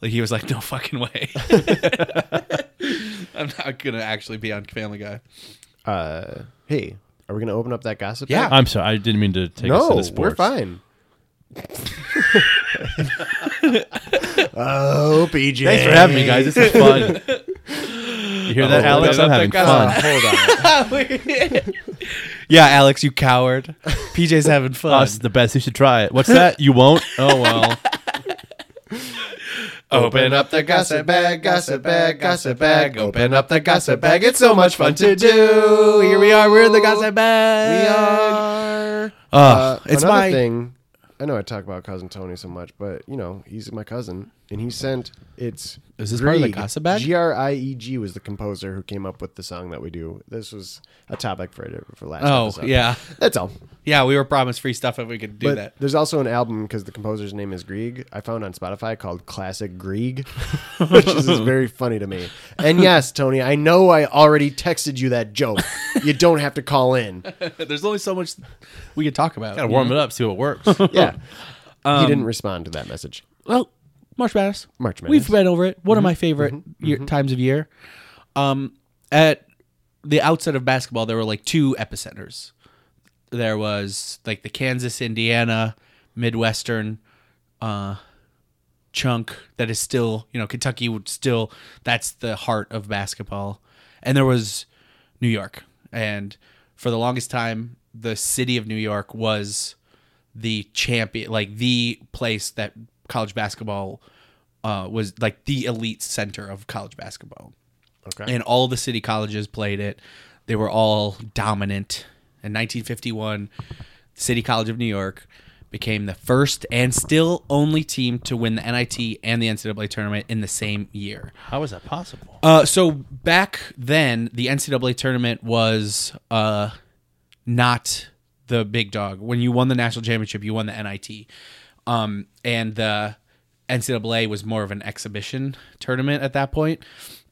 Speaker 2: like he was like, "No fucking way, I'm not gonna actually be on Family Guy."
Speaker 1: uh, hey, are we gonna open up that gossip?
Speaker 2: Yeah.
Speaker 1: bag?
Speaker 3: I'm sorry. I didn't mean to take us
Speaker 1: No,
Speaker 3: into sports.
Speaker 1: we're fine. oh, PJ.
Speaker 3: Thanks for having me, guys. This is fun. You hear that,
Speaker 2: Oh,
Speaker 3: Alex?
Speaker 2: that- that
Speaker 3: I'm having
Speaker 2: guy-
Speaker 3: fun.
Speaker 1: Hold on.
Speaker 2: yeah, Alex, you coward. PJ's having fun.
Speaker 3: Us, Oh, the best. You should try it. What's that? You won't? Oh well.
Speaker 2: Open up the gossip bag, gossip bag, gossip bag. Open up the gossip bag. It's so much fun to do. Here we are. We're in the gossip bag.
Speaker 1: are.
Speaker 2: Uh,
Speaker 3: Ah.
Speaker 1: Uh,
Speaker 2: it's
Speaker 1: another
Speaker 2: my
Speaker 1: thing. I know I talk about cousin Tony so much, but you know he's my cousin, and he sent it's.
Speaker 2: Is this part of the gossip bag?
Speaker 1: G R I E G was the composer who came up with the song that we do. This was a topic for for last.
Speaker 2: Oh,
Speaker 1: episode.
Speaker 2: yeah.
Speaker 1: that's all.
Speaker 2: Yeah, we were promised free stuff if we could do
Speaker 1: but
Speaker 2: that.
Speaker 1: there's also an album because the composer's name is Grieg. I found on Spotify called Classic Grieg, which is just very funny to me. And yes, Tony, I know I already texted you that joke. You don't have to call in.
Speaker 2: There's only so much we could talk about.
Speaker 3: Gotta warm it up. See what works.
Speaker 1: Yeah,
Speaker 2: Um,
Speaker 1: he didn't respond to that message.
Speaker 2: Well, March Madness.
Speaker 1: March Madness. Mm-hmm.
Speaker 2: We've been over it. One of my favorite year, times of year. Um, at the outset of basketball, there were like two epicenters. There was like the Kansas, Indiana, Midwestern uh, chunk that is still, you know, Kentucky would still, that's the heart of basketball. And there was New York. And for the longest time, the city of New York was the champion, like the place that college basketball uh, was like the elite center of college basketball.
Speaker 1: Okay.
Speaker 2: And all the city colleges played it. They were all dominant in 1951, City College of New York became the first and still only team to win the NIT and the NCAA tournament in the same year.
Speaker 3: How is that possible?
Speaker 2: Uh, so back then, the NCAA tournament was uh, not the big dog. When you won the national championship, you won the NIT, um, and the NCAA was more of an exhibition tournament at that point,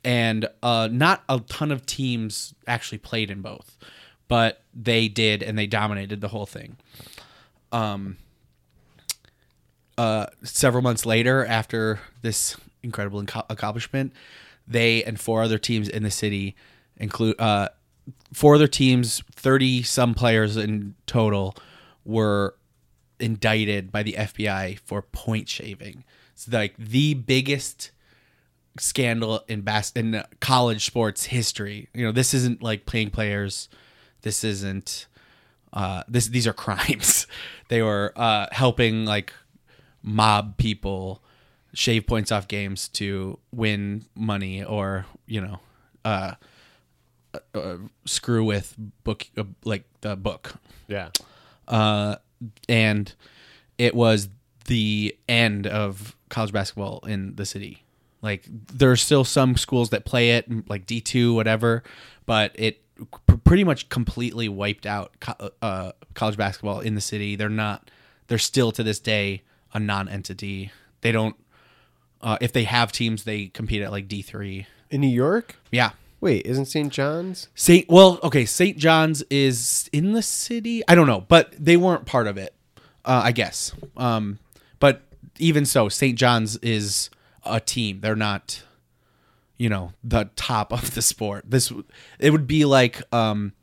Speaker 2: and uh, not a ton of teams actually played in both, but they did, and they dominated the whole thing. uh, several months later, after this incredible inco- accomplishment, they and four other teams in the city, include uh, four other teams, thirty some players in total, were indicted by the FBI for point shaving. It's like the biggest scandal in bas- in college sports history. You know, this isn't like playing players. This isn't uh, this these are crimes. they were uh, helping like mob people shave points off games to win money or you know uh, uh, screw with book uh, like the book
Speaker 1: Yeah.
Speaker 2: uh, and it was the end of college basketball in the city. Like there are still some schools that play it, like D two, whatever, but it pr- pretty much completely wiped out co- uh, college basketball in the city. They're not. They're still to this day a non-entity. They don't. Uh, if they have teams, they compete at like D three.
Speaker 1: In New York?
Speaker 2: Yeah.
Speaker 1: Wait, isn't St. John's?
Speaker 2: Saint well, okay, Saint John's is in the city. I don't know, but they weren't part of it. Uh, I guess. Um, but even so, Saint John's is a team. They're not, you know, the top of the sport. This w- it would be like um,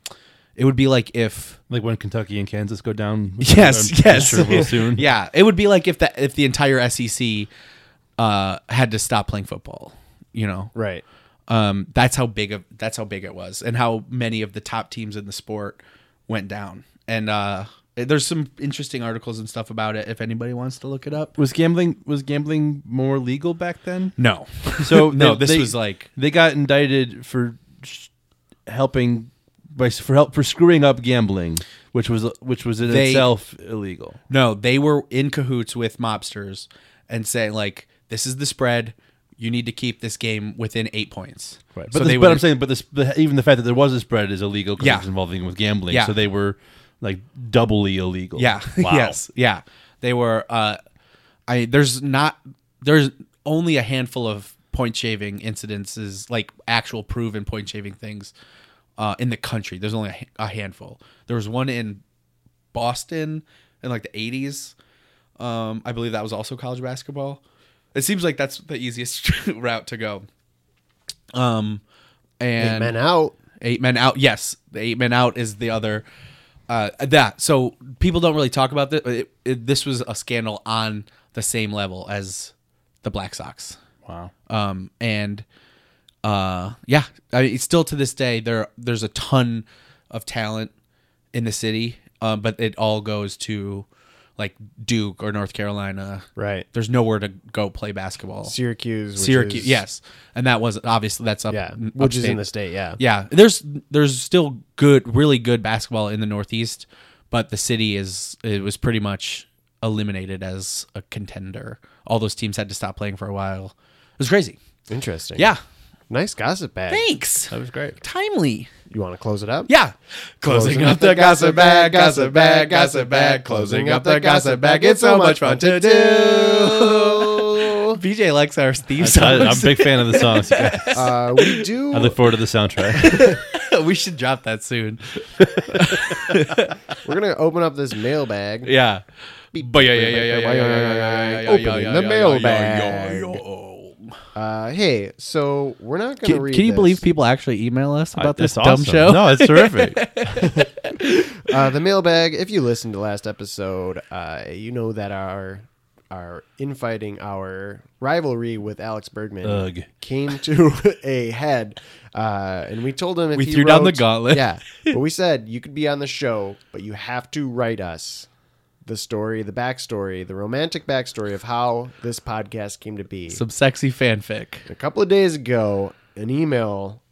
Speaker 2: it would be like if
Speaker 3: Like when Kentucky and Kansas go down.
Speaker 2: yes,
Speaker 3: I'm
Speaker 2: yes,
Speaker 3: Sure will soon.
Speaker 2: yeah, it would be like if the if the entire SEC uh, had to stop playing football. You know,
Speaker 1: Right.
Speaker 2: um, that's how big of that's how big it was, and how many of the top teams in the sport went down. And uh, there's some interesting articles and stuff about it. If anybody wants to look it up,
Speaker 3: Was gambling was gambling more legal back then?
Speaker 2: no,
Speaker 3: So
Speaker 2: no,
Speaker 3: they-
Speaker 2: this
Speaker 3: they-
Speaker 2: was like
Speaker 3: they got indicted for sh- helping by for help for screwing up gambling, which was which was in
Speaker 2: They-
Speaker 3: itself illegal.
Speaker 2: no, they were in cahoots with mobsters and saying like, this is the spread. You need to keep this game within eight points.
Speaker 3: But,
Speaker 2: So
Speaker 3: this-
Speaker 2: they
Speaker 3: but
Speaker 2: would-
Speaker 3: I'm saying, but this, the, even the fact that there was a spread is illegal because
Speaker 2: Yeah.
Speaker 3: it's involving with gambling.
Speaker 2: Yeah.
Speaker 3: So they were like doubly illegal.
Speaker 2: Yeah.
Speaker 3: Wow.
Speaker 2: yes. Yeah. They were. Uh, I there's not there's only a handful of point shaving incidences like actual proven point shaving things uh, in the country. There's only a, ha- a handful. There was one in Boston in like the 80s. Um, I believe that was also college basketball. It seems like that's the easiest route to go. Um, and
Speaker 1: Men out.
Speaker 2: Eight Men Out. Yes, the Eight Men Out is the other uh, that. So people don't really talk about this. It, it, this was a scandal on the same level as the Black Sox.
Speaker 3: Wow.
Speaker 2: Um, and uh, yeah, I mean, still to this day there there's a ton of talent in the city, uh, but it all goes to like Duke or North Carolina.
Speaker 1: Right.
Speaker 2: There's nowhere to go play basketball.
Speaker 1: Syracuse. Which
Speaker 2: Syracuse,
Speaker 1: is-
Speaker 2: yes, and that was obviously that's up.
Speaker 1: Yeah. Which is in the state.
Speaker 2: upstate
Speaker 1: Yeah.
Speaker 2: yeah there's there's still good really good basketball in the northeast but the city is it was pretty much eliminated as a contender all those teams had to stop playing for a while it was crazy
Speaker 1: Interesting.
Speaker 2: yeah
Speaker 1: Nice gossip bag.
Speaker 2: thanks
Speaker 3: That was great.
Speaker 2: timely
Speaker 1: You want to close it up?
Speaker 2: yeah
Speaker 1: Closing up the gossip bag, gossip bag, gossip bag. Closing up the gossip bag. It's so much fun to do.
Speaker 2: bj likes our theme
Speaker 3: I,
Speaker 2: songs
Speaker 3: I'm a big fan of the songs. I
Speaker 1: Uh, we do.
Speaker 3: look forward to the soundtrack.
Speaker 2: we should drop that soon
Speaker 1: We're gonna open up this mailbag.
Speaker 2: yeah but yeah yeah yeah yeah yeah, yeah, yeah, yeah, yeah, yeah,
Speaker 1: Opening
Speaker 2: yeah, yeah,
Speaker 1: the
Speaker 2: yeah,
Speaker 1: mailbag.
Speaker 2: yeah, yeah, yeah.
Speaker 1: Uh, hey, so we're not gonna
Speaker 2: Can,
Speaker 1: read.
Speaker 2: can you
Speaker 1: this.
Speaker 2: believe people actually email us about
Speaker 3: That's
Speaker 2: this dumb
Speaker 3: awesome.
Speaker 2: show?
Speaker 3: No, it's terrific.
Speaker 1: uh, the mailbag? If you listened to last episode, uh, you know that our our infighting, our rivalry with Alex Bergman
Speaker 3: Ugh.
Speaker 1: came to a head, uh, and we told him if
Speaker 2: We
Speaker 1: he
Speaker 2: threw down the
Speaker 1: wrote-
Speaker 2: gauntlet.
Speaker 1: Yeah, but we said you could be on the show, but you have to write us the story, the backstory, the romantic backstory of how this podcast came to be.
Speaker 2: Some sexy fanfic.
Speaker 1: a couple of days ago, an email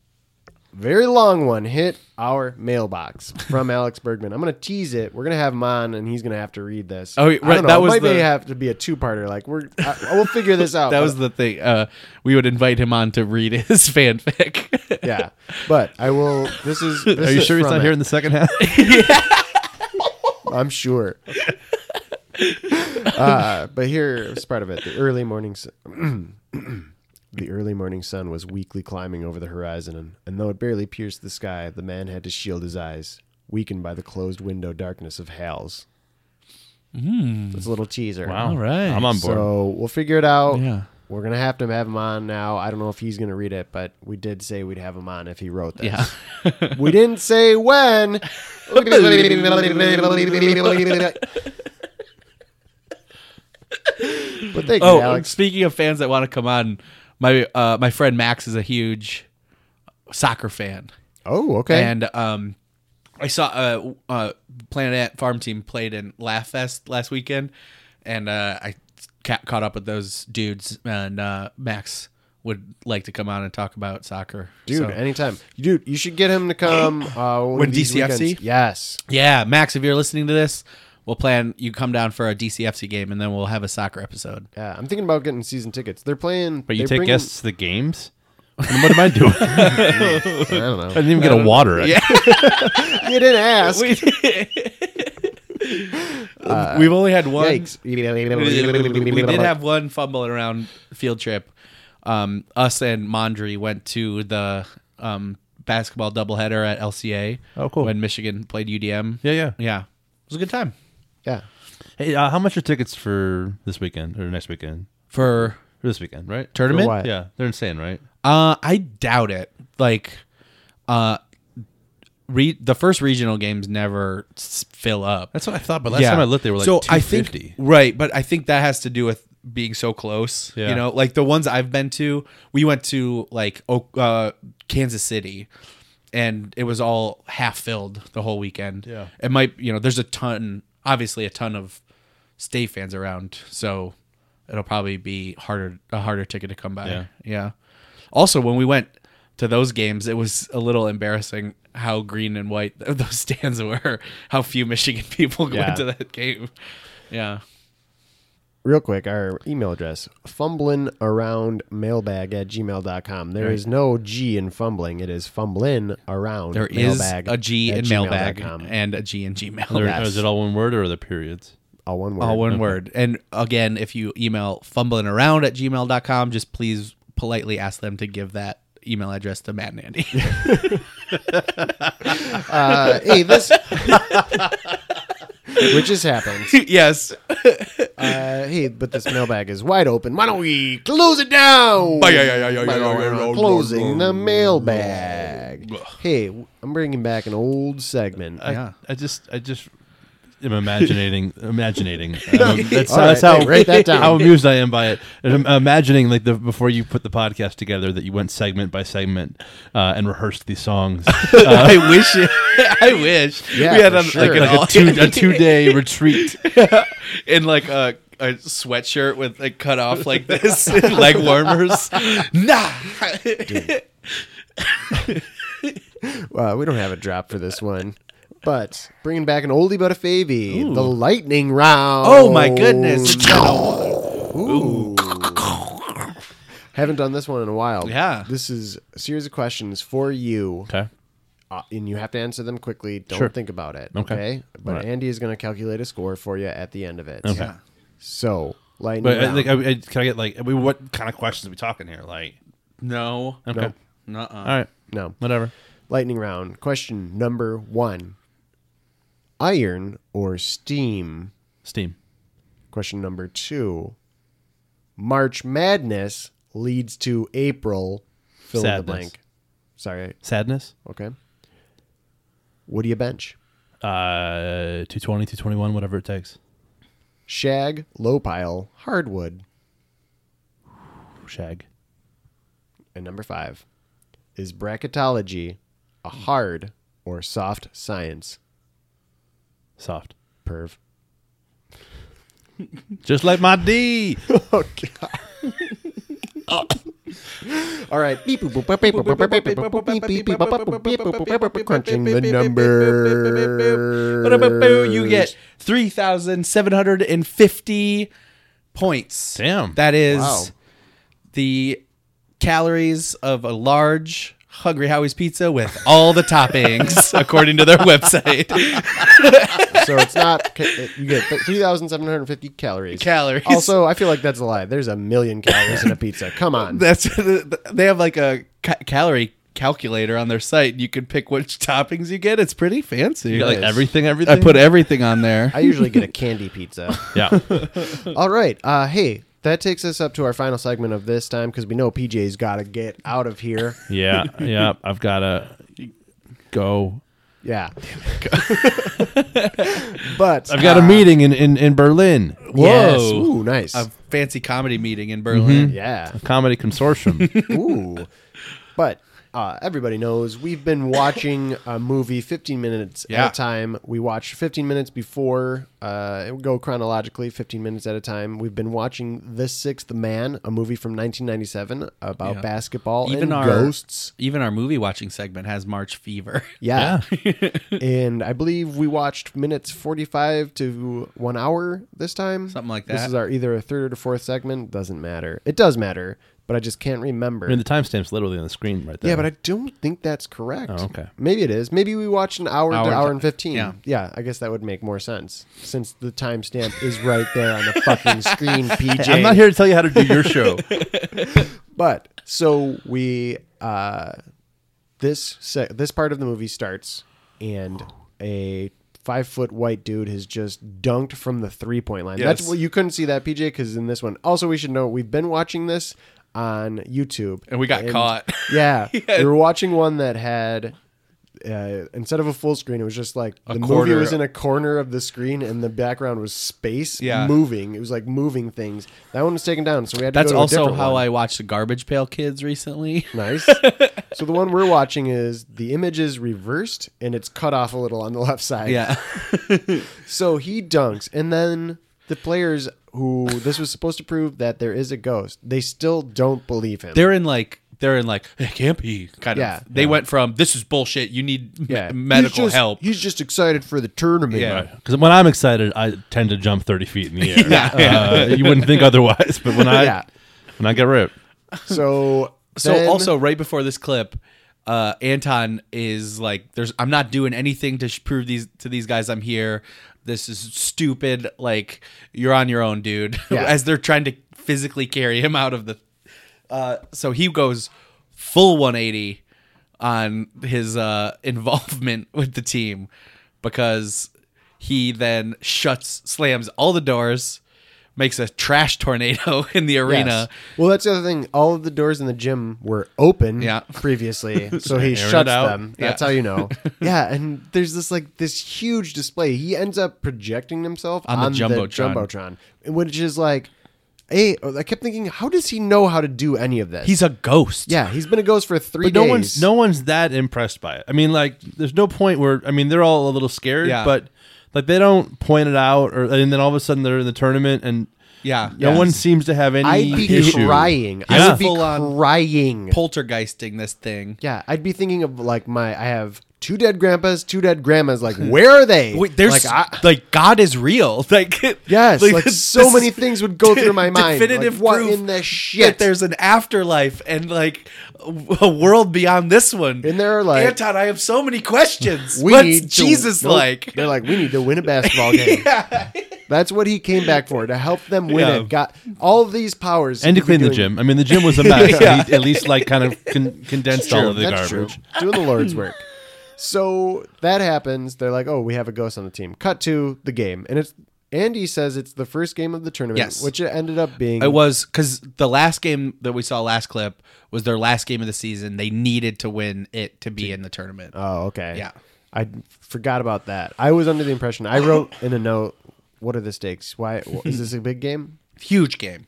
Speaker 1: very long one hit our mailbox from Alex Bergman. I'm gonna tease it. We're gonna have him on, and he's gonna have to read this.
Speaker 2: Oh,
Speaker 1: I
Speaker 2: right,
Speaker 1: don't know.
Speaker 2: that
Speaker 1: It
Speaker 2: was
Speaker 1: might
Speaker 2: the-
Speaker 1: may have to be a two parter. Like we're, I, I will figure this out.
Speaker 2: That
Speaker 1: but-
Speaker 2: was the thing. Uh, we would invite him on to read his fanfic.
Speaker 1: yeah. But I will. This is. This
Speaker 3: Are you
Speaker 1: is
Speaker 3: sure he's
Speaker 1: from
Speaker 3: not
Speaker 1: it.
Speaker 3: here in the second half?
Speaker 1: I'm sure. uh, but here's part of it. The early morning sun. the early morning sun was weakly climbing over the horizon, and, and though it barely pierced the sky, the man had to shield his eyes, weakened by the closed window darkness of Hal's. Mm. That's a little teaser.
Speaker 2: Hmm. All right.
Speaker 3: I'm on board.
Speaker 1: So we'll figure it out.
Speaker 2: Yeah.
Speaker 1: We're gonna have to have him on now. I don't know if he's gonna read it, but we did say we'd have him on if he wrote this.
Speaker 2: yeah.
Speaker 1: We didn't say when. but thank
Speaker 2: Oh,
Speaker 1: you, Alex.
Speaker 2: speaking of fans that want to come on, my uh, my friend Max is a huge soccer fan,
Speaker 1: Oh, okay.
Speaker 2: and um, I saw uh, uh, Planet Ant Farm Team played in Laugh Fest last weekend, and uh, I ca- caught up with those dudes, and uh, Max would like to come on and talk about soccer,
Speaker 1: dude,
Speaker 2: So-
Speaker 1: anytime, dude, you should get him to come. Uh, one
Speaker 2: When
Speaker 1: of these
Speaker 2: DCFC?
Speaker 1: weekends. Yes,
Speaker 2: Yeah, Max, if you're listening to this, we'll plan you come down for a DCFC game, and then we'll have a soccer episode.
Speaker 1: yeah. I'm thinking about getting season tickets. They're playing,
Speaker 3: But you
Speaker 1: they're
Speaker 3: take
Speaker 1: bringing-
Speaker 3: guests to the games? And what am I doing? I
Speaker 1: I don't know.
Speaker 3: didn't even get a water.
Speaker 2: Yeah.
Speaker 1: you didn't ask.
Speaker 2: We've only had one.
Speaker 1: Yikes.
Speaker 2: We did have one fumbling around field trip. Um, us and Mondri went to the um, basketball doubleheader at LCA.
Speaker 3: Oh, cool.
Speaker 2: When Michigan played UDM.
Speaker 3: Yeah, yeah.
Speaker 2: Yeah. It was a good time.
Speaker 1: yeah.
Speaker 3: Hey, uh, how much are tickets for this weekend or next weekend?
Speaker 2: For
Speaker 3: For this weekend, right?
Speaker 2: tournament?
Speaker 1: For what?
Speaker 3: Yeah, they're insane, right?
Speaker 2: Uh, I doubt it. Like, uh, re- the first regional games never s- fill up.
Speaker 3: That's what I thought. But last time I looked, they were like
Speaker 2: so I think
Speaker 3: 250.
Speaker 2: right, but I think that has to do with being so close.
Speaker 3: Yeah.
Speaker 2: You know, like the ones I've been to, we went to like O- uh, Kansas City, and it was all half filled the whole weekend.
Speaker 3: Yeah.
Speaker 2: it might you know there's a ton, obviously a ton of stay fans around, so it'll probably be harder a harder ticket to come by.
Speaker 3: Yeah.
Speaker 2: yeah. Also, when we went to those games, it was a little embarrassing how green and white those stands were. How few Michigan people
Speaker 1: Yeah.
Speaker 2: went to that game. Yeah.
Speaker 1: real quick, our email address, fumbling around mailbag at gmail.com. There is no G in fumbling. It is fumbling around
Speaker 2: there is
Speaker 1: mailbag
Speaker 2: a G
Speaker 1: at
Speaker 2: in mailbag
Speaker 1: gmail.com.
Speaker 2: and a G in Gmail.
Speaker 3: Or-
Speaker 1: Yes.
Speaker 3: Is it all one word or are there periods?
Speaker 1: All one word.
Speaker 2: All one word. And again, if you email fumbling around at gmail.com, just please politely ask them to give that email address to Matt and Andy.
Speaker 1: Uh, hey, this... Which has happened.
Speaker 2: yes.
Speaker 1: Uh, hey, but this mailbag is wide open. Why don't we close it down? Closing the mailbag. Hey, I'm bringing back an old segment.
Speaker 3: I,
Speaker 2: Yeah.
Speaker 3: I just, I just am imagining, imaginating. Um, that's
Speaker 1: All right,
Speaker 3: that's how
Speaker 1: hey, write that down.
Speaker 3: How amused I am by it. And I'm imagining like the before you put the podcast together that you went segment by segment uh, and rehearsed these songs, uh,
Speaker 2: I wish it, I wish
Speaker 1: Yeah,
Speaker 2: we had
Speaker 1: for
Speaker 2: a,
Speaker 1: sure.
Speaker 2: like, an
Speaker 1: Like
Speaker 3: like
Speaker 2: all-
Speaker 3: a two a two day retreat.
Speaker 2: in like a, a sweatshirt with like cut off like this and leg warmers. Nah.
Speaker 1: Uh, we don't have a drop for this one, but bringing back an oldie but a favy, the lightning round.
Speaker 2: Oh my goodness.
Speaker 1: Haven't done this one in a while.
Speaker 2: Yeah.
Speaker 1: This is a series of questions for you,
Speaker 3: Okay.
Speaker 1: uh, and you have to answer them quickly. Don't
Speaker 3: Sure.
Speaker 1: think about it. Okay.
Speaker 3: Okay.
Speaker 1: But
Speaker 3: All right.
Speaker 1: Andy is going to calculate a score for you at the end of it.
Speaker 3: Okay.
Speaker 1: So, lightning
Speaker 3: But I,
Speaker 1: round.
Speaker 3: like, I, I, can I get like, we, what kind of questions are we talking here? Like,
Speaker 2: No.
Speaker 3: okay,
Speaker 1: Nope.
Speaker 2: Nuh-uh.
Speaker 3: all right,
Speaker 1: no.
Speaker 3: whatever.
Speaker 1: Lightning round. Question number one Iron or steam?
Speaker 3: Steam.
Speaker 1: Question number two March Madness leads to April. Fill in the
Speaker 3: Sadness.
Speaker 1: blank. Sorry.
Speaker 3: Sadness.
Speaker 1: Okay. What do you bench?
Speaker 3: Uh, 220, 221, whatever it takes.
Speaker 1: Shag, low pile, hardwood.
Speaker 3: Shag.
Speaker 1: And number five is bracketology a hard or soft science?
Speaker 3: Soft.
Speaker 1: Perv.
Speaker 3: Just like my D.
Speaker 1: Oh, God. All right. Beep, boop, boop, boop, beep, boop, boop, boop, beep, boop, boop, beep, beep, boop, boop, beep, boop, boop, boop, boop, Crunching the numbers.
Speaker 2: You get 3,750 points.
Speaker 3: Damn.
Speaker 2: That is
Speaker 1: Wow.
Speaker 2: the calories of a large Hungry Howie's pizza with all the toppings, according to their website.
Speaker 1: so it's not. uh, You get three thousand seven hundred fifty calories.
Speaker 2: Calories.
Speaker 1: Also, I feel like that's a lie. There's a million calories in a pizza. Come on.
Speaker 2: That's they have like a ca- calorie calculator on their site. You can pick which toppings you get. It's pretty fancy.
Speaker 3: You got like
Speaker 1: Yes.
Speaker 3: everything,
Speaker 2: I
Speaker 3: everything.
Speaker 2: put everything on there.
Speaker 1: I usually get a candy pizza.
Speaker 3: Yeah.
Speaker 1: All right. Uh, hey, that takes us up to our final segment of this time because we know PJ's got to get out of here.
Speaker 3: Yeah. Yeah. I've got to go.
Speaker 1: Yeah. but
Speaker 3: I've got a
Speaker 1: uh,
Speaker 3: meeting in, in, in Berlin.
Speaker 1: Yes.
Speaker 2: Whoa.
Speaker 1: Ooh, nice.
Speaker 2: a fancy comedy meeting in Berlin.
Speaker 1: yeah.
Speaker 3: Comedy Consortium.
Speaker 1: Ooh. but uh, everybody knows we've been watching a movie 15 minutes
Speaker 2: Yeah.
Speaker 1: at a time. We watch 15 minutes before, uh, it would go chronologically, 15 minutes at a time. We've been watching The Sixth Man, a movie from 1997 about
Speaker 2: Yeah.
Speaker 1: basketball
Speaker 2: Even
Speaker 1: and
Speaker 2: our-
Speaker 1: ghosts.
Speaker 2: Even our movie watching segment has March fever.
Speaker 1: Yeah. and I believe we watched minutes 45 to one hour this time.
Speaker 2: Something like
Speaker 1: This
Speaker 2: that.
Speaker 1: is our either a third or fourth segment. Doesn't matter. It does matter, but I just can't remember.
Speaker 3: I mean, the timestamp's literally on the screen right there.
Speaker 1: Yeah, but I don't think that's correct.
Speaker 3: Oh, okay.
Speaker 1: Maybe it is. Maybe we watched an hour,
Speaker 2: Hour
Speaker 1: to
Speaker 2: to-
Speaker 1: hour and 15.
Speaker 2: yeah.
Speaker 1: I guess that would make more sense since the timestamp is right there on the fucking screen, PJ.
Speaker 3: I'm not here to tell you how to do your show.
Speaker 1: But so we uh this se- this part of the movie starts and a 5 foot white dude has just dunked from the three point line. That's
Speaker 2: Yes.
Speaker 1: well, you couldn't see that PJ cuz in this one. Also we should know we've been watching this on YouTube
Speaker 2: And we got caught.
Speaker 1: Yeah. We were watching one that had uh, instead of a full screen, it was just like the movie
Speaker 2: corner.
Speaker 1: was in a corner of the screen and the background was space
Speaker 2: Yeah.
Speaker 1: moving. It was like moving things. That one was taken down, so we had to
Speaker 2: That's
Speaker 1: go to a
Speaker 2: also
Speaker 1: different
Speaker 2: how
Speaker 1: one.
Speaker 2: I watched the Garbage Pail Kids recently.
Speaker 1: Nice. so the one we're watching is the image is reversed and it's cut off a little on the left side.
Speaker 2: Yeah.
Speaker 1: So he dunks and then the players who this was supposed to prove that there is a ghost, they still don't believe him.
Speaker 2: they're in like they're in like it can't be kind
Speaker 1: Yeah.
Speaker 2: of. They went from this is bullshit. You need me-
Speaker 1: Yeah.
Speaker 2: medical
Speaker 1: He's just-
Speaker 2: help.
Speaker 1: He's just excited for the tournament.
Speaker 2: Yeah.
Speaker 3: Because when I'm excited, I tend to jump 30 feet in the air.
Speaker 2: Yeah.
Speaker 3: Uh, you wouldn't think otherwise, but when I
Speaker 1: Yeah.
Speaker 3: when I get ripped,
Speaker 1: So
Speaker 2: So
Speaker 1: then-
Speaker 2: also right before this clip, uh, Anton is like, "There's I'm not doing anything to sh- prove these to these guys I'm here. This is stupid. Like you're on your own, dude."
Speaker 1: Yeah.
Speaker 2: As they're trying to physically carry him out of the, uh, so he goes full 180 on his uh, involvement with the team because he then shuts slams all the doors makes a trash tornado in the
Speaker 1: Yes.
Speaker 2: arena
Speaker 1: Well, that's the other thing. All of the doors in the gym were open
Speaker 2: Yeah.
Speaker 1: previously, so he
Speaker 3: airing it
Speaker 1: shuts
Speaker 3: out.
Speaker 1: them. That's
Speaker 2: Yeah.
Speaker 1: how you know. yeah, and there's this like this huge display. He ends up projecting himself on,
Speaker 2: the
Speaker 1: the
Speaker 2: Jumbotron.
Speaker 1: jumbotron, which is like, hey, I kept thinking, how does he know how to do any of this?
Speaker 2: he's a ghost
Speaker 1: yeah, he's been a ghost for three
Speaker 3: but
Speaker 1: days.
Speaker 3: no one's no one's that impressed by it. I mean, like, there's no point where I mean, they're all a little scared,
Speaker 2: Yeah.
Speaker 3: but like they don't point it out, or and then all of a sudden they're in the tournament, and
Speaker 2: Yeah.
Speaker 3: no
Speaker 2: Yes.
Speaker 3: one seems to have any
Speaker 1: I'd be
Speaker 3: issue.
Speaker 1: crying. I
Speaker 3: Yeah.
Speaker 1: would be
Speaker 2: Full on
Speaker 1: crying.
Speaker 2: poltergeisting this thing.
Speaker 1: yeah, I'd be thinking of like my. I have two dead grandpas, two dead grandmas. Like, where are they?
Speaker 2: Wait, there's
Speaker 1: like, I,
Speaker 2: like, God is real. Like
Speaker 1: Yes, like,
Speaker 2: this-
Speaker 1: so
Speaker 2: this
Speaker 1: many
Speaker 2: is
Speaker 1: things would go through my mind.
Speaker 2: Definitive
Speaker 1: like, what
Speaker 2: proof
Speaker 1: in the
Speaker 2: that
Speaker 1: shit?
Speaker 2: there's an afterlife and like a a world beyond this one.
Speaker 1: And they're like-
Speaker 2: Anton, I have so many questions. What's
Speaker 1: to-
Speaker 2: Jesus
Speaker 1: nope.
Speaker 2: like?
Speaker 1: They're like, we need to win a basketball game. That's what he came back for to help them win
Speaker 3: Yeah.
Speaker 1: it. Got all these powers
Speaker 3: And
Speaker 1: he'd
Speaker 3: to
Speaker 1: be
Speaker 3: clean the
Speaker 1: doing-
Speaker 3: gym. I mean, the gym was a mess. but he at least like kind of con- condensed all of the
Speaker 1: That's
Speaker 3: garbage.
Speaker 1: True. Doing the Lord's work. So that happens. They're like, oh, we have a ghost on the team. Cut to the game, and it's Andy says it's the first game of the tournament,
Speaker 2: Yes.
Speaker 1: which it ended up being.
Speaker 2: It was because the last game that we saw last clip was their last game of the season. They needed to win it to be in the tournament.
Speaker 1: Oh, okay.
Speaker 2: Yeah.
Speaker 1: I forgot about that. I was under the impression I wrote in a note, "What are the stakes? Why is this a big game?"
Speaker 2: Huge game.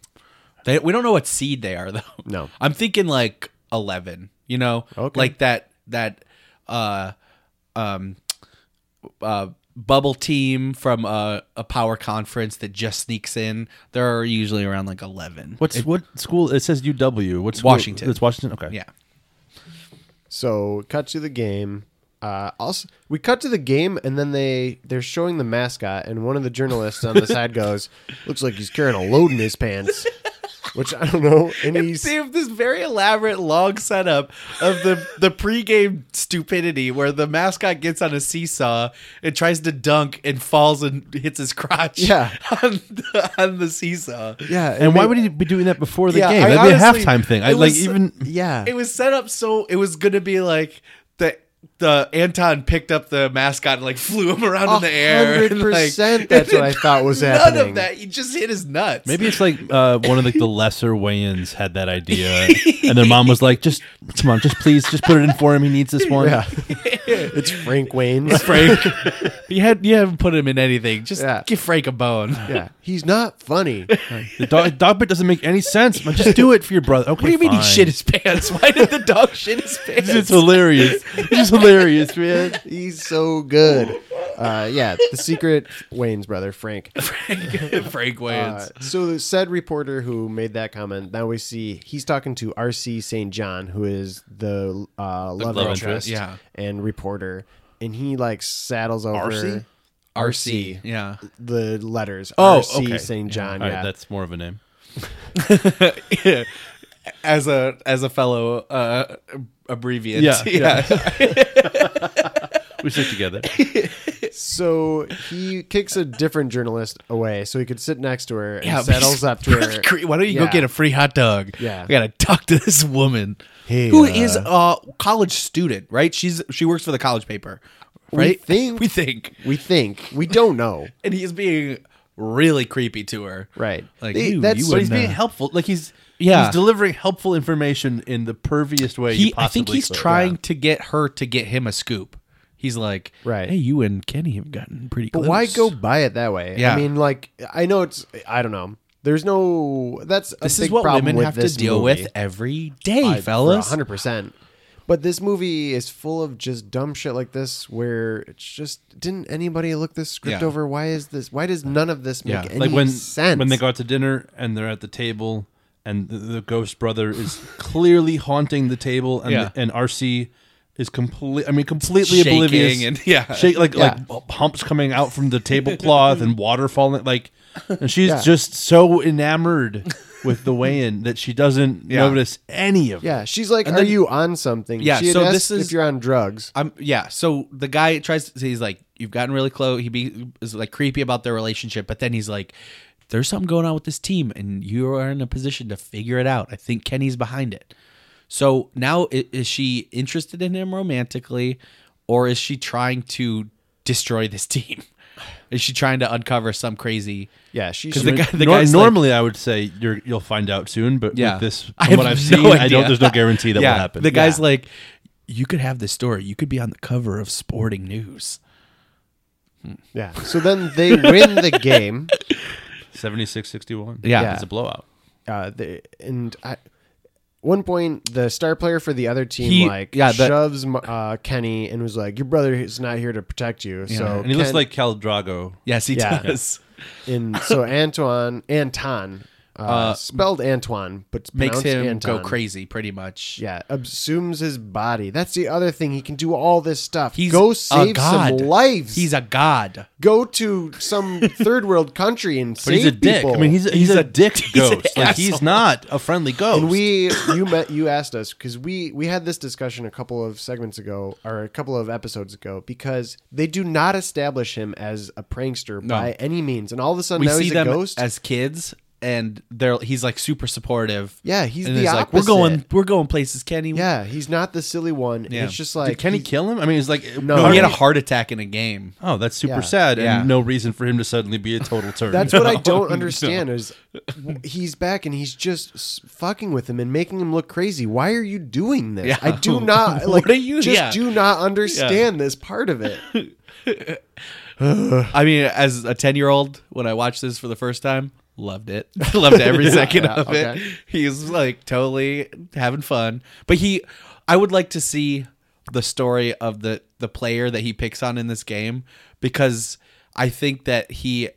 Speaker 2: They, we don't know what seed they are though.
Speaker 1: No.
Speaker 2: I'm thinking like 11, you know,
Speaker 1: Okay.
Speaker 2: like that, that, uh, um, uh, bubble team from a, a power conference that just sneaks in. There are usually around like eleven.
Speaker 3: What's what school? It says UW. What's school-
Speaker 2: Washington.
Speaker 3: It's Washington. Okay.
Speaker 2: yeah?
Speaker 1: So cut to the game. Uh, also, we cut to the game, and then they they're showing the mascot, and one of the journalists on the side goes, "Looks like he's carrying a load in his pants," which I don't know. And he's
Speaker 2: They have this very elaborate long setup of the the pregame stupidity where the mascot gets on a seesaw and tries to dunk and falls and hits his crotch
Speaker 1: Yeah.
Speaker 2: on the, on the seesaw.
Speaker 1: yeah.
Speaker 3: And why would he be doing that before the
Speaker 1: Yeah,
Speaker 3: game?
Speaker 1: I
Speaker 3: That'd
Speaker 2: honestly-
Speaker 3: be a halftime thing. I
Speaker 2: it
Speaker 3: like
Speaker 2: was-
Speaker 3: even.
Speaker 1: Yeah.
Speaker 2: It was set up so it was going to be like the the Anton picked up the mascot and like flew him around in the air. and, like,
Speaker 1: 100% that's what I thought was
Speaker 2: none
Speaker 1: happening.
Speaker 2: of that. He just hit his nuts.
Speaker 3: Maybe it's like uh, one of like the lesser weigh-ins had that idea, and their mom was like, "Just come on, just please, just put it in for him. He needs this one."
Speaker 1: yeah. it's Frank Wayne's.
Speaker 2: Frank. you had you haven't put him in anything. Just
Speaker 1: Yeah.
Speaker 2: give Frank a bone.
Speaker 1: Yeah. He's not funny.
Speaker 3: The dog, dog bit doesn't make any sense. But just do it for your brother. Okay.
Speaker 2: What do you mean he
Speaker 3: fine.
Speaker 2: shit his pants? Why did the dog shit his pants?
Speaker 3: It's hilarious. It's just hilarious, man.
Speaker 1: He's so good. Uh, yeah. The secret Wayne's brother, Frank.
Speaker 2: Frank, Frank Wayans.
Speaker 1: Uh, so the said reporter who made that comment, now we see he's talking to R.C. St. John, who is the, uh, love,
Speaker 2: love
Speaker 1: interest,
Speaker 2: interest, yeah.
Speaker 1: and reporter, and he like saddles over
Speaker 3: R.C.?
Speaker 1: R.C.
Speaker 2: Yeah.
Speaker 1: the letters
Speaker 3: Oh,
Speaker 1: R.C.
Speaker 3: okay.
Speaker 1: St.
Speaker 3: All
Speaker 1: John.
Speaker 3: right,
Speaker 1: Yeah,
Speaker 3: that's more of a name.
Speaker 2: As a as a fellow uh abbreviate.
Speaker 3: Yeah, We sit together.
Speaker 1: so he kicks a different journalist away so he could sit next to her and
Speaker 2: Yeah,
Speaker 1: settles up to her.
Speaker 2: Cre- Why don't you
Speaker 1: Yeah.
Speaker 2: go get a free hot dog?
Speaker 1: Yeah.
Speaker 2: we gotta talk to this woman
Speaker 1: Hey,
Speaker 2: who
Speaker 1: uh,
Speaker 2: is a college student, right? She's she works for the college paper, right?
Speaker 1: think-
Speaker 2: we think,
Speaker 1: We think we don't know,
Speaker 2: and he's being really creepy to her,
Speaker 1: right?
Speaker 2: Like,
Speaker 1: They-
Speaker 2: you-
Speaker 1: that's
Speaker 2: you
Speaker 3: But he's
Speaker 2: wouldn't,
Speaker 3: being
Speaker 2: uh,
Speaker 3: helpful. Like he's
Speaker 2: Yeah.
Speaker 3: he's delivering helpful information in the perviest way.
Speaker 2: he
Speaker 3: you
Speaker 2: I think
Speaker 3: possibly
Speaker 2: he's
Speaker 3: could.
Speaker 2: trying to get her to get him a scoop. He's like,
Speaker 1: Right.
Speaker 2: Hey, you and Kenny have gotten pretty.
Speaker 1: But
Speaker 2: close.
Speaker 1: why go buy it that way?
Speaker 2: Yeah.
Speaker 1: I mean, like, I know it's, I don't know. There's no, that's a
Speaker 2: This
Speaker 1: big
Speaker 2: is what
Speaker 1: problem
Speaker 2: women
Speaker 1: with
Speaker 2: have to
Speaker 1: this
Speaker 2: deal
Speaker 1: movie.
Speaker 2: with every day,
Speaker 1: I- for
Speaker 2: fellas.
Speaker 1: 100%. But this movie is full of just dumb shit like this where it's just, didn't anybody look this script
Speaker 2: Yeah.
Speaker 1: over? Why is this, why does none of this make
Speaker 2: Yeah.
Speaker 1: any
Speaker 3: like when
Speaker 1: sense?
Speaker 3: when they go out to dinner and they're at the table and the, the ghost brother is clearly haunting the table and
Speaker 2: Yeah.
Speaker 3: and RC is complete I mean completely
Speaker 2: Shaking
Speaker 3: oblivious
Speaker 2: and- yeah.
Speaker 3: shake like
Speaker 1: Yeah.
Speaker 3: like humps coming out from the tablecloth and water falling like and she's
Speaker 1: Yeah.
Speaker 3: just so enamored with the weigh-in that she doesn't
Speaker 2: Yeah.
Speaker 3: notice any of it.
Speaker 1: yeah. She's like, are
Speaker 2: then-
Speaker 1: you on something?
Speaker 2: Yeah,
Speaker 1: She had
Speaker 2: so
Speaker 1: asked
Speaker 2: this
Speaker 1: if
Speaker 2: is-
Speaker 1: you're on drugs.
Speaker 2: I'm yeah. So the guy tries to. He's like, "You've gotten really close." He be, is like creepy about their relationship, but then he's like, "There's something going on with this team, and you are in a position to figure it out." I think Kenny's behind it. So now i- is she interested in him romantically, or is she trying to destroy this team? Is she trying to uncover some crazy?
Speaker 1: Yeah. She's
Speaker 2: 'Cause the guy-
Speaker 3: Nor-
Speaker 2: guy's like-
Speaker 3: normally, I would say you're, you'll find out soon, but
Speaker 2: Yeah.
Speaker 3: with this, from
Speaker 2: I have
Speaker 3: what I've
Speaker 2: no
Speaker 3: seen, I don't.
Speaker 2: idea.
Speaker 3: There's no guarantee that
Speaker 2: yeah,
Speaker 3: will happen.
Speaker 2: the
Speaker 3: Yeah.
Speaker 2: guy's like, "You could have this story. You could be on the cover of Sporting News."
Speaker 1: yeah. So then they win the game.
Speaker 3: 76 61.
Speaker 2: Yeah.
Speaker 3: It's a blowout.
Speaker 1: Uh, they, and I, one point, the star player for the other team
Speaker 2: He-
Speaker 1: like
Speaker 2: yeah, the-
Speaker 1: shoves uh, Kenny and was like, "Your brother is not here to protect you." So
Speaker 3: And he looks
Speaker 1: Ken-
Speaker 3: like Cal Drago.
Speaker 2: Yes, he
Speaker 1: Yeah.
Speaker 2: does.
Speaker 1: in so Antoine Anton uh, spelled Antoine, but it's
Speaker 2: Makes
Speaker 1: pronounced
Speaker 2: him
Speaker 1: Anton.
Speaker 2: go crazy, pretty much.
Speaker 1: Yeah, assumes his body. That's the other thing. He can do all this stuff.
Speaker 2: He's
Speaker 1: go
Speaker 2: a
Speaker 1: save some
Speaker 2: god.
Speaker 1: lives.
Speaker 2: He's a god.
Speaker 1: go to some third world country and
Speaker 3: But
Speaker 1: save
Speaker 3: he's a dick.
Speaker 1: people.
Speaker 3: I mean, he's, he's, a, dick
Speaker 2: an
Speaker 3: ghost. like, he's
Speaker 2: asshole.
Speaker 3: not a friendly ghost.
Speaker 1: And we you met you asked us because we we had this discussion a couple of segments ago or a couple of episodes ago because they do not establish him as a prankster by any means, and all of a sudden
Speaker 2: We
Speaker 1: now
Speaker 2: see
Speaker 1: he's
Speaker 2: them
Speaker 1: a ghost.
Speaker 2: as kids, and they're he's like super supportive.
Speaker 1: yeah, he's
Speaker 2: and
Speaker 1: the
Speaker 2: he's
Speaker 1: opposite.
Speaker 2: like, we're going, Um, we're going places, Kenny.
Speaker 1: Yeah, he's not the silly one. and
Speaker 2: Yeah.
Speaker 1: it's just like
Speaker 3: Did Kenny kill him? I mean, it's like.
Speaker 1: No.
Speaker 2: he had a
Speaker 1: Harvey-
Speaker 2: heart attack in a game.
Speaker 3: Oh, that's super
Speaker 1: Yeah.
Speaker 3: sad,
Speaker 2: Yeah.
Speaker 3: and no reason for him to suddenly be a total turd.
Speaker 1: That's what I don't understand is he's back and he's just s- fucking with him and making him look crazy. Why are you doing this?
Speaker 2: Yeah.
Speaker 1: I do not like
Speaker 2: What are you-
Speaker 1: just
Speaker 2: yeah.
Speaker 1: do not understand this part of it.
Speaker 2: I mean, as a ten year old, when I watched this for the first time, loved it. loved every second
Speaker 1: yeah,
Speaker 2: of
Speaker 1: okay.
Speaker 2: it. He's like totally having fun, but he, I would like to see the story of the the player that he picks on in this game because I think that he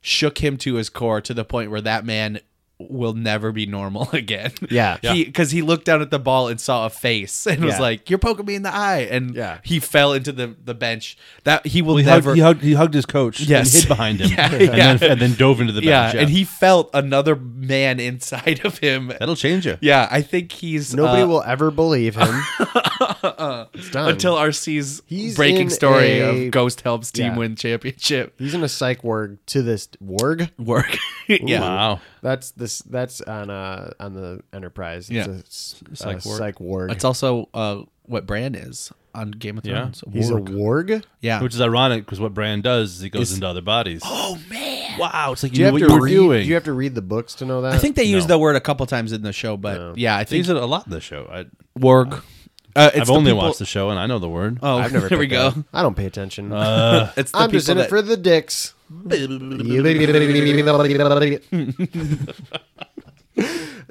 Speaker 2: shook him to his core to the point where that man will never be normal again.
Speaker 1: Yeah.
Speaker 2: Because he, looked down at the ball and saw a face and was
Speaker 1: Yeah.
Speaker 2: like, "You're poking me in the eye," and
Speaker 1: Yeah.
Speaker 2: he fell into the the bench. That he will
Speaker 3: He hugged,
Speaker 2: never.
Speaker 3: he, hugged, he hugged his coach
Speaker 2: Yes.
Speaker 3: and hid behind him
Speaker 2: Yeah,
Speaker 3: and,
Speaker 2: yeah.
Speaker 3: Then, and then dove into the bench.
Speaker 2: yeah, and he felt another man inside of him.
Speaker 3: That'll change you.
Speaker 2: Yeah, I think he's
Speaker 1: Nobody
Speaker 2: uh,
Speaker 1: will ever believe him. it's done.
Speaker 2: until RC's
Speaker 1: He's
Speaker 2: breaking
Speaker 1: in
Speaker 2: story
Speaker 1: a-
Speaker 2: of Ghost helps team
Speaker 1: Yeah.
Speaker 2: win championship
Speaker 1: he's in a psych ward to this warg.
Speaker 2: work. yeah,
Speaker 3: Wow.
Speaker 1: That's this. That's on uh on the Enterprise. It's
Speaker 2: Yeah.
Speaker 1: a s- a
Speaker 3: Psych
Speaker 1: psych
Speaker 3: ward.
Speaker 1: ward.
Speaker 2: it's also uh, what Bran is on Game of
Speaker 3: Yeah.
Speaker 2: Thrones.
Speaker 1: He's
Speaker 2: Warg.
Speaker 1: a warg.
Speaker 2: yeah.
Speaker 3: Which is ironic because what Brand does is he goes
Speaker 2: Is-
Speaker 3: into other bodies.
Speaker 2: oh man.
Speaker 3: Wow. It's like
Speaker 1: Do you, have
Speaker 3: you, knew what
Speaker 1: to
Speaker 3: you were
Speaker 1: read?
Speaker 3: doing.
Speaker 1: Do you have to read the books to know that?
Speaker 2: I think they use
Speaker 3: No.
Speaker 2: the word a couple times in the show, but yeah, I
Speaker 3: they
Speaker 2: think
Speaker 3: use it a lot in the show. I,
Speaker 2: Warg. Uh, it's
Speaker 3: I've
Speaker 2: the
Speaker 3: only
Speaker 2: people-
Speaker 3: watched the show and I know the word.
Speaker 2: Oh,
Speaker 1: I've never.
Speaker 2: there we
Speaker 1: picked that
Speaker 2: go.
Speaker 1: up. I don't pay attention.
Speaker 3: Uh,
Speaker 2: It's the
Speaker 1: I'm just in
Speaker 2: people
Speaker 1: it for the dicks.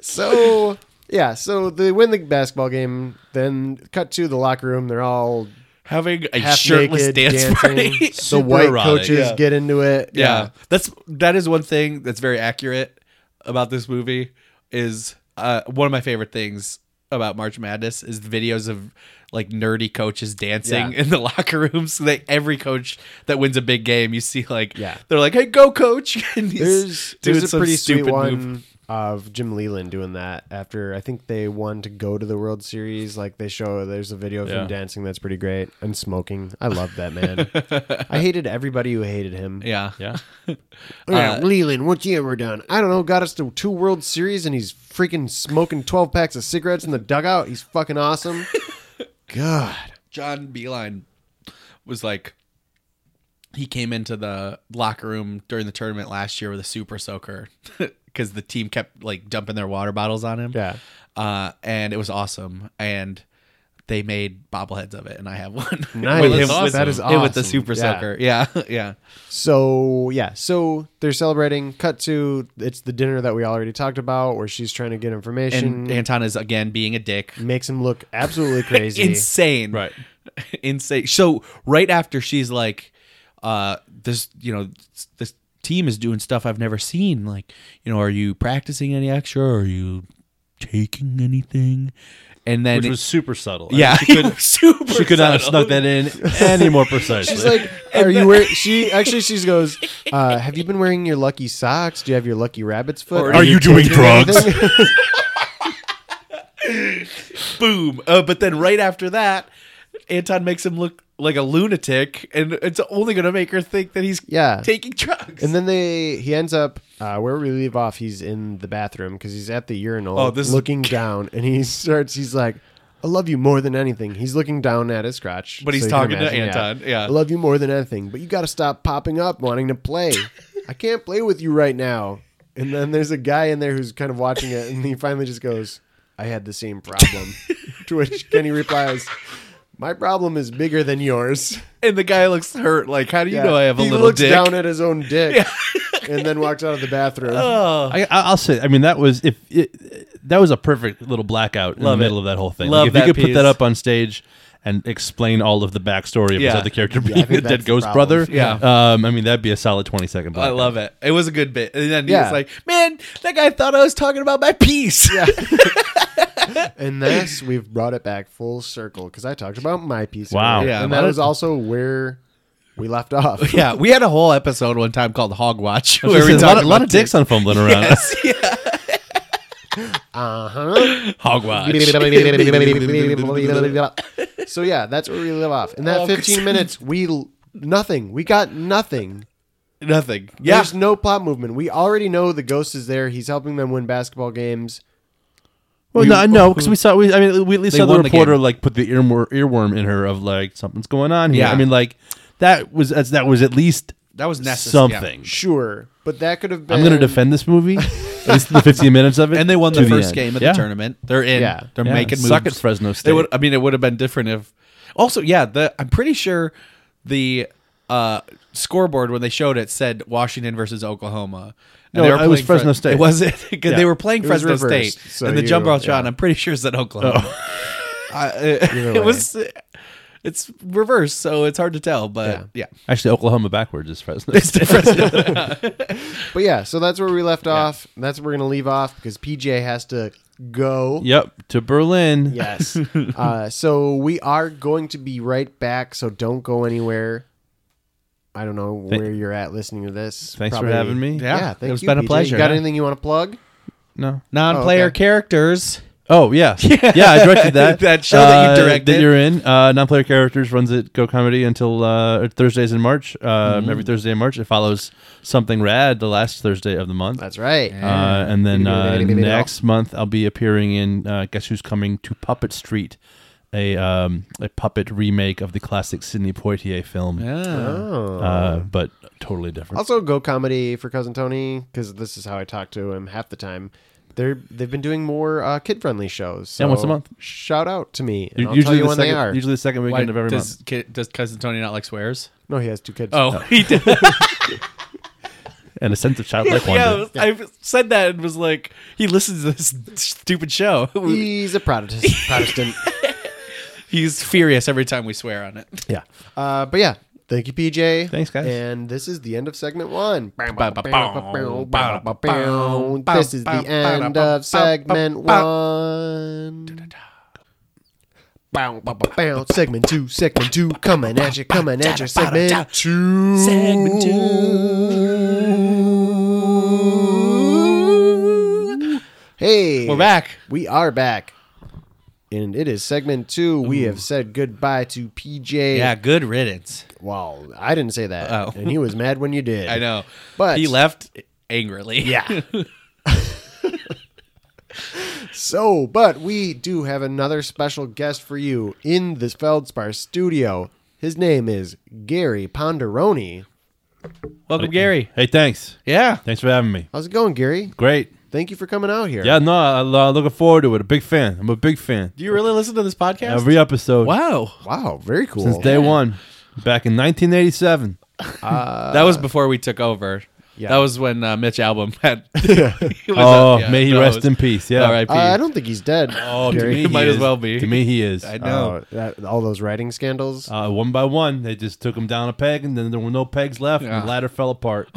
Speaker 1: so yeah, so they win the basketball game. Then cut to the locker room. They're all
Speaker 2: having a
Speaker 1: half
Speaker 2: shirtless
Speaker 1: naked
Speaker 2: dance
Speaker 1: dancing.
Speaker 2: party.
Speaker 1: The
Speaker 3: Super
Speaker 1: white
Speaker 3: erotic.
Speaker 1: coaches
Speaker 3: Yeah.
Speaker 1: get into it.
Speaker 2: yeah. that's that is one thing that's very accurate about this movie is uh, one of my favorite things about March Madness is videos of like nerdy coaches dancing
Speaker 1: Yeah.
Speaker 2: in the locker rooms. Like every coach that wins a big game, you see like
Speaker 1: Yeah.
Speaker 2: they're like, "Hey, go, coach!" And he's
Speaker 1: There's
Speaker 2: doing
Speaker 1: there's a
Speaker 2: some
Speaker 1: pretty sweet
Speaker 2: stupid
Speaker 1: one
Speaker 2: move.
Speaker 1: of Jim Leland doing that after I think they won to go to the World Series. Like they show there's a video of
Speaker 3: Yeah.
Speaker 1: him dancing that's pretty great and smoking. I love that man. I hated everybody who hated him.
Speaker 2: Yeah,
Speaker 3: yeah.
Speaker 1: Oh, Yeah, Leland, what you ever done? I don't know. Got us to two World Series and he's freaking smoking twelve packs of cigarettes in the dugout. He's fucking awesome. God.
Speaker 2: John Beeline was like he came into the locker room during the tournament last year with a super soaker because the team kept like dumping their water bottles on him.
Speaker 1: Yeah.
Speaker 2: Uh, and it was awesome. And they made bobbleheads of it, and I have one.
Speaker 1: Nice.
Speaker 2: with him,
Speaker 1: That's
Speaker 2: with,
Speaker 1: awesome. That is
Speaker 2: him with the
Speaker 1: awesome.
Speaker 2: super
Speaker 1: Yeah.
Speaker 2: soaker. Yeah, yeah.
Speaker 1: So yeah, so they're celebrating. Cut to it's the dinner that we already talked about, where she's trying to get information.
Speaker 2: And Anton is again being a dick.
Speaker 1: makes him look absolutely crazy.
Speaker 2: insane
Speaker 3: Right.
Speaker 2: insane so right after she's like uh this you know this team is doing stuff i've never seen like you know are you practicing any extra are you taking anything and then
Speaker 3: Which
Speaker 2: it-
Speaker 3: was super subtle. I mean,
Speaker 2: yeah
Speaker 3: She could,
Speaker 2: super
Speaker 3: she could not have
Speaker 2: subtle.
Speaker 3: snuck that in any more precisely.
Speaker 1: She's like, "Are you wearing?" She actually, she goes, uh, "Have you been wearing your lucky socks? Do you have your lucky rabbit's foot?
Speaker 2: Or-
Speaker 3: Are you doing
Speaker 1: taking
Speaker 3: drugs?"
Speaker 1: anything?"
Speaker 2: boom uh, but then right after that anton makes him look like a lunatic and it's only going to make her think that he's
Speaker 1: yeah.
Speaker 2: taking drugs
Speaker 1: And then they he ends up uh, where we leave off. He's in the bathroom because he's at the urinal,
Speaker 2: Oh, this is-
Speaker 1: looking down, and he starts. He's like, "I love you more than anything." He's looking down at his crotch,
Speaker 2: But he's
Speaker 1: so you can
Speaker 2: talking to
Speaker 1: imagine,
Speaker 2: Anton, yeah.
Speaker 1: I love you more than anything, but you got to stop popping up wanting to play. I can't play with you right now. And then there's a guy in there who's kind of watching it, and he finally just goes, "I had the same problem." to which Kenny replies, "My problem is bigger than yours."
Speaker 2: and the guy looks hurt like how do you
Speaker 1: Yeah.
Speaker 2: know i have a
Speaker 1: he
Speaker 2: little
Speaker 1: looks
Speaker 2: dick
Speaker 1: down at his own dick and then walks out of the bathroom.
Speaker 2: Uh. Oh.
Speaker 3: I, I- I'll say. I mean, that was if it, that was a perfect little blackout in
Speaker 2: Love it.
Speaker 3: the middle of that whole thing.
Speaker 2: Love
Speaker 3: Like, if you
Speaker 2: that
Speaker 3: could put
Speaker 2: piece.
Speaker 3: that up on stage and explain all of the backstory of
Speaker 2: Yeah.
Speaker 3: his other character
Speaker 1: I
Speaker 3: being
Speaker 1: think
Speaker 3: a
Speaker 1: that's
Speaker 3: dead
Speaker 1: the
Speaker 3: ghost
Speaker 1: problem.
Speaker 3: brother.
Speaker 2: Yeah.
Speaker 3: Um. I mean, that'd be a solid twenty second.
Speaker 2: I love it. It was a good bit. And then he was
Speaker 1: Yeah.
Speaker 2: like, man, that guy thought I was talking about my piece. Yeah.
Speaker 1: And this, we've brought it back full circle because I talked about my piece. of
Speaker 3: Wow.
Speaker 1: it,
Speaker 2: Yeah,
Speaker 1: and that
Speaker 2: what-
Speaker 1: was also where we left off.
Speaker 2: We had a whole episode one time called Hog Watch
Speaker 3: There's
Speaker 2: where we
Speaker 3: a lot,
Speaker 2: talked
Speaker 3: a lot
Speaker 2: about
Speaker 3: of dicks on fumbling around.
Speaker 1: Uh huh.
Speaker 2: Hog Watch.
Speaker 1: so yeah, that's where we live off. In that
Speaker 2: Oh, 'cause-
Speaker 1: 15 minutes, we l- nothing. We got nothing.
Speaker 2: Nothing. Yeah.
Speaker 1: There's no plot movement. We already know the ghost is there. He's helping them win basketball games.
Speaker 3: Well, no, no, because we saw. We, I mean, we at least
Speaker 2: They
Speaker 3: saw the
Speaker 2: won the
Speaker 3: reporter
Speaker 2: game.
Speaker 3: like put the earworm, earworm in her of like something's going on here.
Speaker 2: Yeah.
Speaker 3: I mean, like that was that's, that was at least
Speaker 2: That was necessary.
Speaker 3: something.
Speaker 1: Sure, but that could have been.
Speaker 3: I'm going to defend this movie. at least the 15 minutes of it,
Speaker 2: And they won
Speaker 3: to
Speaker 2: the first
Speaker 3: end.
Speaker 2: game of
Speaker 3: Yeah.
Speaker 2: the tournament. They're in.
Speaker 1: Yeah.
Speaker 2: They're
Speaker 3: Yeah.
Speaker 2: making moves.
Speaker 3: Suck it, Fresno State.
Speaker 2: It would, I mean, it would have been different if. Also, yeah, the I'm pretty sure the uh, scoreboard when they showed it said Washington versus Oklahoma. And
Speaker 3: No,
Speaker 2: they were
Speaker 3: it was
Speaker 2: playing
Speaker 3: Fresno
Speaker 2: Fre-
Speaker 3: State.
Speaker 2: It was it because
Speaker 3: Yeah.
Speaker 2: they were playing
Speaker 1: It was
Speaker 2: Fresno
Speaker 1: reversed,
Speaker 2: State,
Speaker 1: so
Speaker 2: and the
Speaker 1: you-
Speaker 2: jumbotron.
Speaker 1: yeah.
Speaker 3: Oh.
Speaker 2: I'm pretty sure said Oklahoma. I, it,
Speaker 1: Either way.
Speaker 2: it was. It's reverse, so it's hard to tell. But yeah,
Speaker 3: Actually, Oklahoma backwards is Fresno.
Speaker 1: But yeah, so that's where we left off. and That's where we're gonna leave off because PJ has to go.
Speaker 3: yep, to Berlin.
Speaker 1: Yes. uh, so we are going to be right back. So don't go anywhere. I don't know
Speaker 3: Thank-
Speaker 1: where you're at listening to this.
Speaker 3: Thanks
Speaker 1: Probably-
Speaker 3: for having me.
Speaker 1: Yeah,
Speaker 2: Yeah,
Speaker 1: thank
Speaker 2: it's
Speaker 1: you,
Speaker 2: been a
Speaker 1: PJ.
Speaker 2: pleasure,
Speaker 1: You got
Speaker 2: yeah.
Speaker 1: anything you want to plug?
Speaker 3: No.
Speaker 2: non-player
Speaker 1: Oh, okay.
Speaker 2: characters.
Speaker 3: Oh yeah, yeah. I directed that
Speaker 2: That show that you
Speaker 3: uh,
Speaker 2: directed.
Speaker 3: That you're in. Uh, non-player characters runs at Go Comedy until uh, Thursdays in March. Um,
Speaker 2: Mm.
Speaker 3: Every Thursday in March, it follows something rad the last Thursday of the month.
Speaker 1: That's right.
Speaker 3: Uh, and then uh,
Speaker 1: Yeah.
Speaker 3: next month, I'll be appearing in uh, Guess Who's Coming to Puppet Street, a um, a puppet remake of the classic Sidney Poitier film,
Speaker 2: Yeah.
Speaker 1: Oh.
Speaker 3: uh, but totally different.
Speaker 1: Also, Go Comedy for Cousin Tony because this is how I talk to him half the time. They're they've been doing more uh, kid friendly shows. So
Speaker 3: Yeah, once a month.
Speaker 1: Shout out to me. And I'll tell
Speaker 3: usually
Speaker 1: you
Speaker 3: the
Speaker 1: when
Speaker 3: second,
Speaker 1: they are.
Speaker 3: usually the second
Speaker 2: Why,
Speaker 3: weekend of every
Speaker 2: does,
Speaker 3: month.
Speaker 2: ki- does cousin Tony not like swears?
Speaker 1: no, he has two kids.
Speaker 2: Oh, he did.
Speaker 3: And a sense of childlike wonder.
Speaker 2: yeah, I said that and was like, he listens to this stupid show.
Speaker 1: he's a Protestant. Protestant.
Speaker 2: He's furious every time we swear on it.
Speaker 1: yeah. Uh, but yeah, thank you, PJ.
Speaker 3: Thanks, guys.
Speaker 1: And this is the end of segment one.
Speaker 2: Ba-ba-bow.
Speaker 1: This is the end of segment one. Bow, bow, bow, bow. Segment two, segment two, coming at you, coming at you, segment two.
Speaker 2: Segment two.
Speaker 1: Hey,
Speaker 2: We're back.
Speaker 1: We are back. And it is segment two. We have said goodbye to PJ.
Speaker 2: Yeah, good riddance.
Speaker 1: Well, I didn't say that.
Speaker 2: Oh.
Speaker 1: And he was mad when you did.
Speaker 2: I know.
Speaker 1: But-
Speaker 2: he left angrily.
Speaker 1: Yeah. so, but we do have another special guest for you in the Feldspar studio. His name is Gary Ponderoni.
Speaker 2: Welcome, Gary.
Speaker 3: Hey, thanks.
Speaker 2: Yeah.
Speaker 3: Thanks for having me.
Speaker 1: How's it going, Gary?
Speaker 3: Great.
Speaker 1: Thank you for coming out here.
Speaker 3: Yeah, no, I, am looking forward to it. A big fan. I'm a big fan.
Speaker 2: Do you really listen to this podcast?
Speaker 3: Every episode
Speaker 2: wow.
Speaker 1: Wow, very cool.
Speaker 3: since day one, back in 1987.
Speaker 2: that was before we took over.
Speaker 1: Yeah.
Speaker 2: That was when uh, Mitch Album had.
Speaker 3: Oh, may he rest in peace. Yeah,
Speaker 2: All right,
Speaker 1: Uh, I don't think he's dead.
Speaker 3: Oh,
Speaker 1: Gary.
Speaker 2: me, might as well be.
Speaker 3: To me, he is.
Speaker 2: I
Speaker 3: Uh,
Speaker 2: know.
Speaker 1: Oh, that, all those writing scandals.
Speaker 3: one by one, they just took him down a peg, and then there were no pegs left, and
Speaker 2: Yeah.
Speaker 3: the ladder fell apart.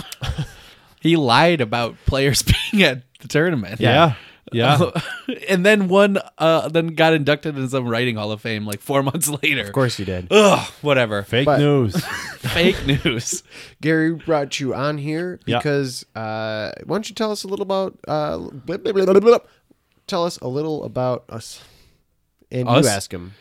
Speaker 2: he lied about players being at the tournament.
Speaker 3: Yeah, yeah.
Speaker 2: Oh. and then one, uh, then got inducted into some writing hall of fame like four months later.
Speaker 1: of course you did.
Speaker 2: Ugh, whatever.
Speaker 3: Fake
Speaker 1: But-
Speaker 3: news.
Speaker 2: Fake news.
Speaker 1: Gary brought you on here
Speaker 3: Yeah.
Speaker 1: because uh, why don't you tell us a little about uh, blip, blip, blip, blip, blip. tell us a little about us, and
Speaker 2: Us?
Speaker 1: you ask him.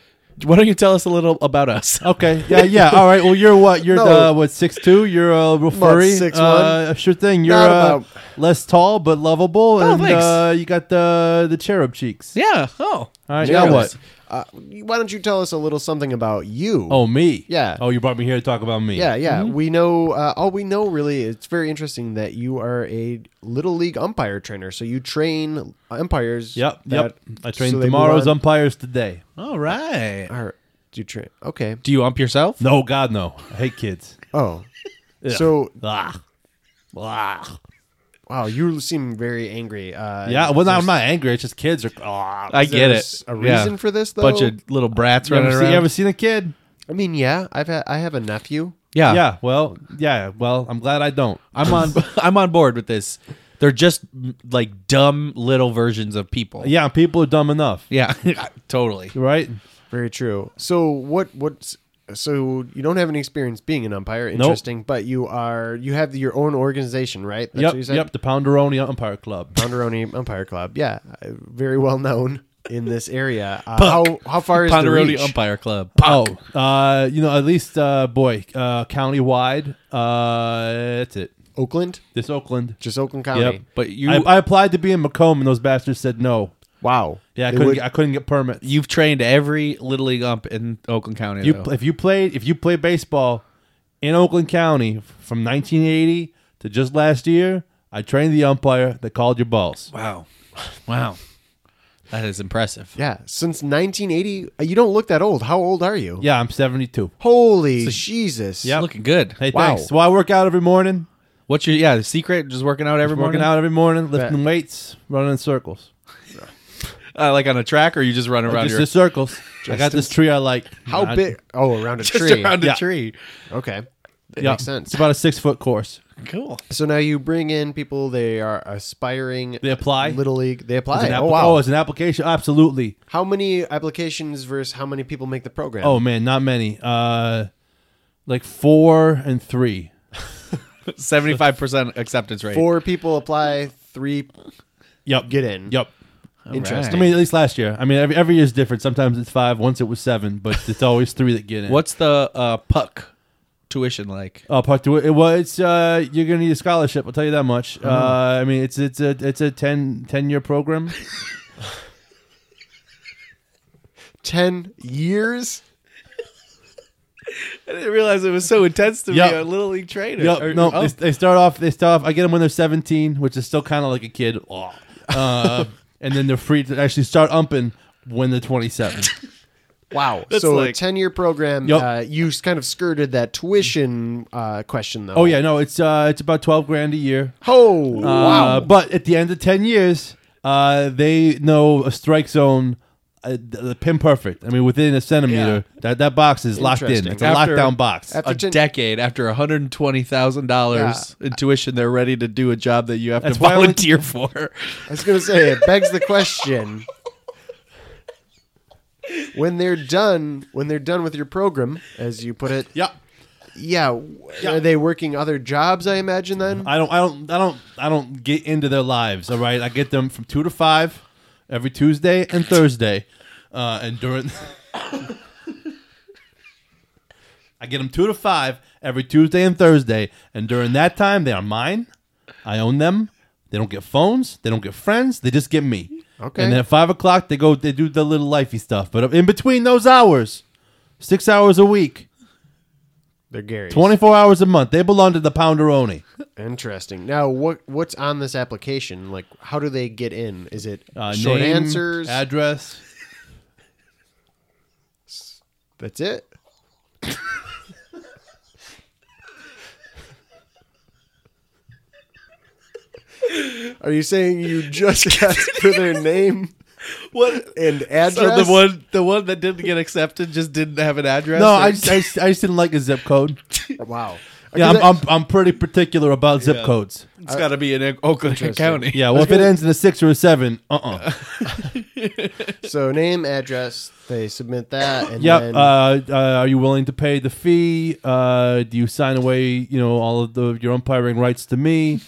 Speaker 2: Why don't you tell us a little about us?
Speaker 3: okay. Yeah, yeah. All right. Well, you're what? You're
Speaker 1: No.
Speaker 3: uh, what? Six two. You're a real
Speaker 1: About
Speaker 3: furry.
Speaker 1: 6'1"?
Speaker 3: Uh, sure thing. You're
Speaker 1: Not
Speaker 3: uh,
Speaker 1: about- Oh,
Speaker 3: less tall but lovable, and
Speaker 2: thanks.
Speaker 3: uh, you got the the cherub cheeks.
Speaker 2: Yeah. Oh.
Speaker 3: All right.
Speaker 1: Yeah.
Speaker 3: Now what?
Speaker 1: Uh, why don't you tell us a little something about you?
Speaker 3: Oh, mm-hmm. me?
Speaker 1: Yeah.
Speaker 3: Oh, you brought me here to talk about me.
Speaker 1: yeah, yeah. We know uh, all we know. Really, it's very interesting that you are a little league umpire trainer. So you train umpires.
Speaker 3: Yep.
Speaker 1: that-
Speaker 3: yep. I trained
Speaker 1: so they move
Speaker 3: tomorrow's
Speaker 1: on-
Speaker 3: umpires today.
Speaker 2: All right.
Speaker 1: All right. Do you train? Okay.
Speaker 2: Do you ump yourself?
Speaker 3: No, God, no. I hate kids.
Speaker 1: Oh. So
Speaker 3: Ah. Ah.
Speaker 1: wow, you seem very angry. Uh,
Speaker 3: Yeah. Well, no, I'm not angry. It's just kids are. Ah.
Speaker 2: I get
Speaker 1: there's
Speaker 2: it.
Speaker 1: A reason
Speaker 2: yeah.
Speaker 1: for this though.
Speaker 2: Bunch of little brats
Speaker 3: you,
Speaker 2: running
Speaker 3: ever see,
Speaker 2: around.
Speaker 3: you ever seen a kid?
Speaker 1: I mean, yeah, I've had, I have a nephew.
Speaker 2: yeah.
Speaker 3: yeah. Well. Yeah. Well, I'm glad I don't.
Speaker 2: I'm on. I'm on board with this. They're just m- like dumb little versions of people.
Speaker 3: Yeah. People are dumb enough.
Speaker 2: Yeah. totally.
Speaker 3: Right.
Speaker 1: Hmm. Very true. So what what's so you don't have any experience being an umpire, interesting, but you are you have your own organization, right? That's
Speaker 3: yep.
Speaker 1: what you said?
Speaker 3: Yep. The Ponderoni Umpire Club.
Speaker 1: Ponderoni Umpire Club. Yeah. uh, Very well known in this area. Uh, how how far is the
Speaker 2: Ponderoni
Speaker 1: reach?
Speaker 2: Umpire Club.
Speaker 3: Oh. Uh. You know. At least. Uh. Boy. Uh. County wide. Uh. That's it.
Speaker 1: Oakland?
Speaker 3: This Oakland.
Speaker 1: Just Oakland County.
Speaker 3: Yep.
Speaker 2: But you-
Speaker 3: I, I applied to be in Macomb, and those bastards said no.
Speaker 1: Wow.
Speaker 3: Yeah. I
Speaker 1: They
Speaker 3: couldn't.
Speaker 1: would-
Speaker 3: get, I couldn't get permits.
Speaker 2: You've trained every little league ump in Oakland County.
Speaker 3: You
Speaker 2: though.
Speaker 3: pl- if you played if you play baseball in Oakland County f- from 1980 to just last year, I trained the umpire that called your balls.
Speaker 2: wow, wow, that is impressive.
Speaker 1: yeah. Since 1980, uh, you don't look that old. How old are you?
Speaker 3: Yeah, I'm 72.
Speaker 1: Holy Jesus.
Speaker 3: Yep.
Speaker 2: Looking good.
Speaker 3: Hey,
Speaker 1: Wow.
Speaker 3: thanks. Well, I work out every morning.
Speaker 2: What's your yeah the secret? Just working out every
Speaker 3: Working
Speaker 2: morning.
Speaker 3: out every morning, lifting
Speaker 1: Bet.
Speaker 3: weights, running in circles.
Speaker 2: uh, like on a track, or you just run around
Speaker 3: Just
Speaker 2: your
Speaker 3: in circles. I got this tree I like.
Speaker 1: How
Speaker 3: Nah,
Speaker 1: big? Oh, around a
Speaker 2: just
Speaker 1: tree.
Speaker 2: around a
Speaker 3: Yeah.
Speaker 2: tree.
Speaker 1: okay. That
Speaker 3: Yeah,
Speaker 1: makes sense.
Speaker 3: It's about a six foot course.
Speaker 2: Cool.
Speaker 1: So now you bring in people. They are aspiring.
Speaker 3: They apply?
Speaker 1: Little league. They
Speaker 3: It's
Speaker 1: apply.
Speaker 3: an
Speaker 1: Oh
Speaker 3: applica-
Speaker 1: wow.
Speaker 3: oh, it's an application. Absolutely.
Speaker 1: how many applications versus how many people make the program?
Speaker 3: Oh man, not many. Uh, like four and three.
Speaker 2: Seventy-five percent acceptance rate.
Speaker 1: four people apply. Three
Speaker 3: Yep.
Speaker 1: get in.
Speaker 3: Yep.
Speaker 1: Interesting.
Speaker 3: I mean, at least last year. I mean, every every year is different. Sometimes it's five. Once it was seven, but it's always three that get in.
Speaker 2: What's the uh, puck tuition like?
Speaker 3: Oh, Puck DeWitt. It was. Uh, you're gonna need a scholarship. I'll tell you that much. Uh, I mean, it's it's a it's a 10, 10 year program.
Speaker 1: Ten years.
Speaker 2: I didn't realize it was so intense to
Speaker 3: Yep.
Speaker 2: be a little league trainer.
Speaker 3: yep.
Speaker 2: Or-
Speaker 3: no,
Speaker 2: oh.
Speaker 3: they, they start off. They start off. I get them when they're 17, which is still kind of like a kid. Aw. Uh, and then they're free to actually start umping when they're 27.
Speaker 1: Wow.
Speaker 2: That's
Speaker 1: so a
Speaker 2: like-
Speaker 1: ten year program.
Speaker 3: Yep.
Speaker 1: Uh, you s- kind of skirted that tuition uh, question though.
Speaker 3: oh yeah, no, it's uh, it's about 12 grand a year.
Speaker 1: Oh wow.
Speaker 3: Uh, but at the end of 10 years, uh, they know a strike zone. Uh, th- the pin perfect. I mean, within a centimeter, that, that box is locked in.
Speaker 1: Interesting.
Speaker 3: It's a
Speaker 2: After-
Speaker 3: lockdown box.
Speaker 1: after
Speaker 2: a
Speaker 1: 10
Speaker 2: decade after $120,000 in tuition, they're ready to do a job that you have to
Speaker 3: That's why I went-
Speaker 2: volunteer for.
Speaker 1: I was gonna say it begs the question. When they're done, when they're done with your program, as you put it,
Speaker 3: yeah.
Speaker 1: yeah, w- are they working other jobs? I imagine then.
Speaker 3: I don't, I don't, I don't, I don't get into their lives. All right, I get them from two to five every Tuesday and Thursday, uh, and during. I get them two to five every Tuesday and Thursday, and during that time, they are mine. I own them. They don't get phones. They don't get friends. They just get me.
Speaker 1: Okay.
Speaker 3: And then at five o'clock, they go. They do the little lifey stuff. But in between those hours, six hours a week,
Speaker 1: They're Gary.
Speaker 3: twenty-four hours a month, they belong to the Pounderoni.
Speaker 1: Interesting. Now, what what's on this application? Like, how do they get in? Is it
Speaker 3: Uh,
Speaker 1: short
Speaker 3: name,
Speaker 1: answers?
Speaker 3: address.
Speaker 1: That's it. Are you saying you just asked for their name
Speaker 2: What?
Speaker 1: and address?
Speaker 2: So the one, the one that didn't get accepted just didn't have an address.
Speaker 3: No,
Speaker 2: or-
Speaker 3: I just, I just, I just didn't like a zip code.
Speaker 1: Wow.
Speaker 3: Yeah, I'm,
Speaker 1: Because I-
Speaker 3: I'm, I'm pretty particular about zip
Speaker 2: Yeah.
Speaker 3: codes.
Speaker 2: it's got to be in Oakland
Speaker 1: Interesting.
Speaker 2: County.
Speaker 3: Yeah, well, if it ends in a six or a seven, uh uh
Speaker 1: so name, address, they submit that, and
Speaker 3: Yep.
Speaker 1: then
Speaker 3: Uh, uh, are you willing to pay the fee? Uh, do you sign away, you know, all of the, your umpiring rights to me?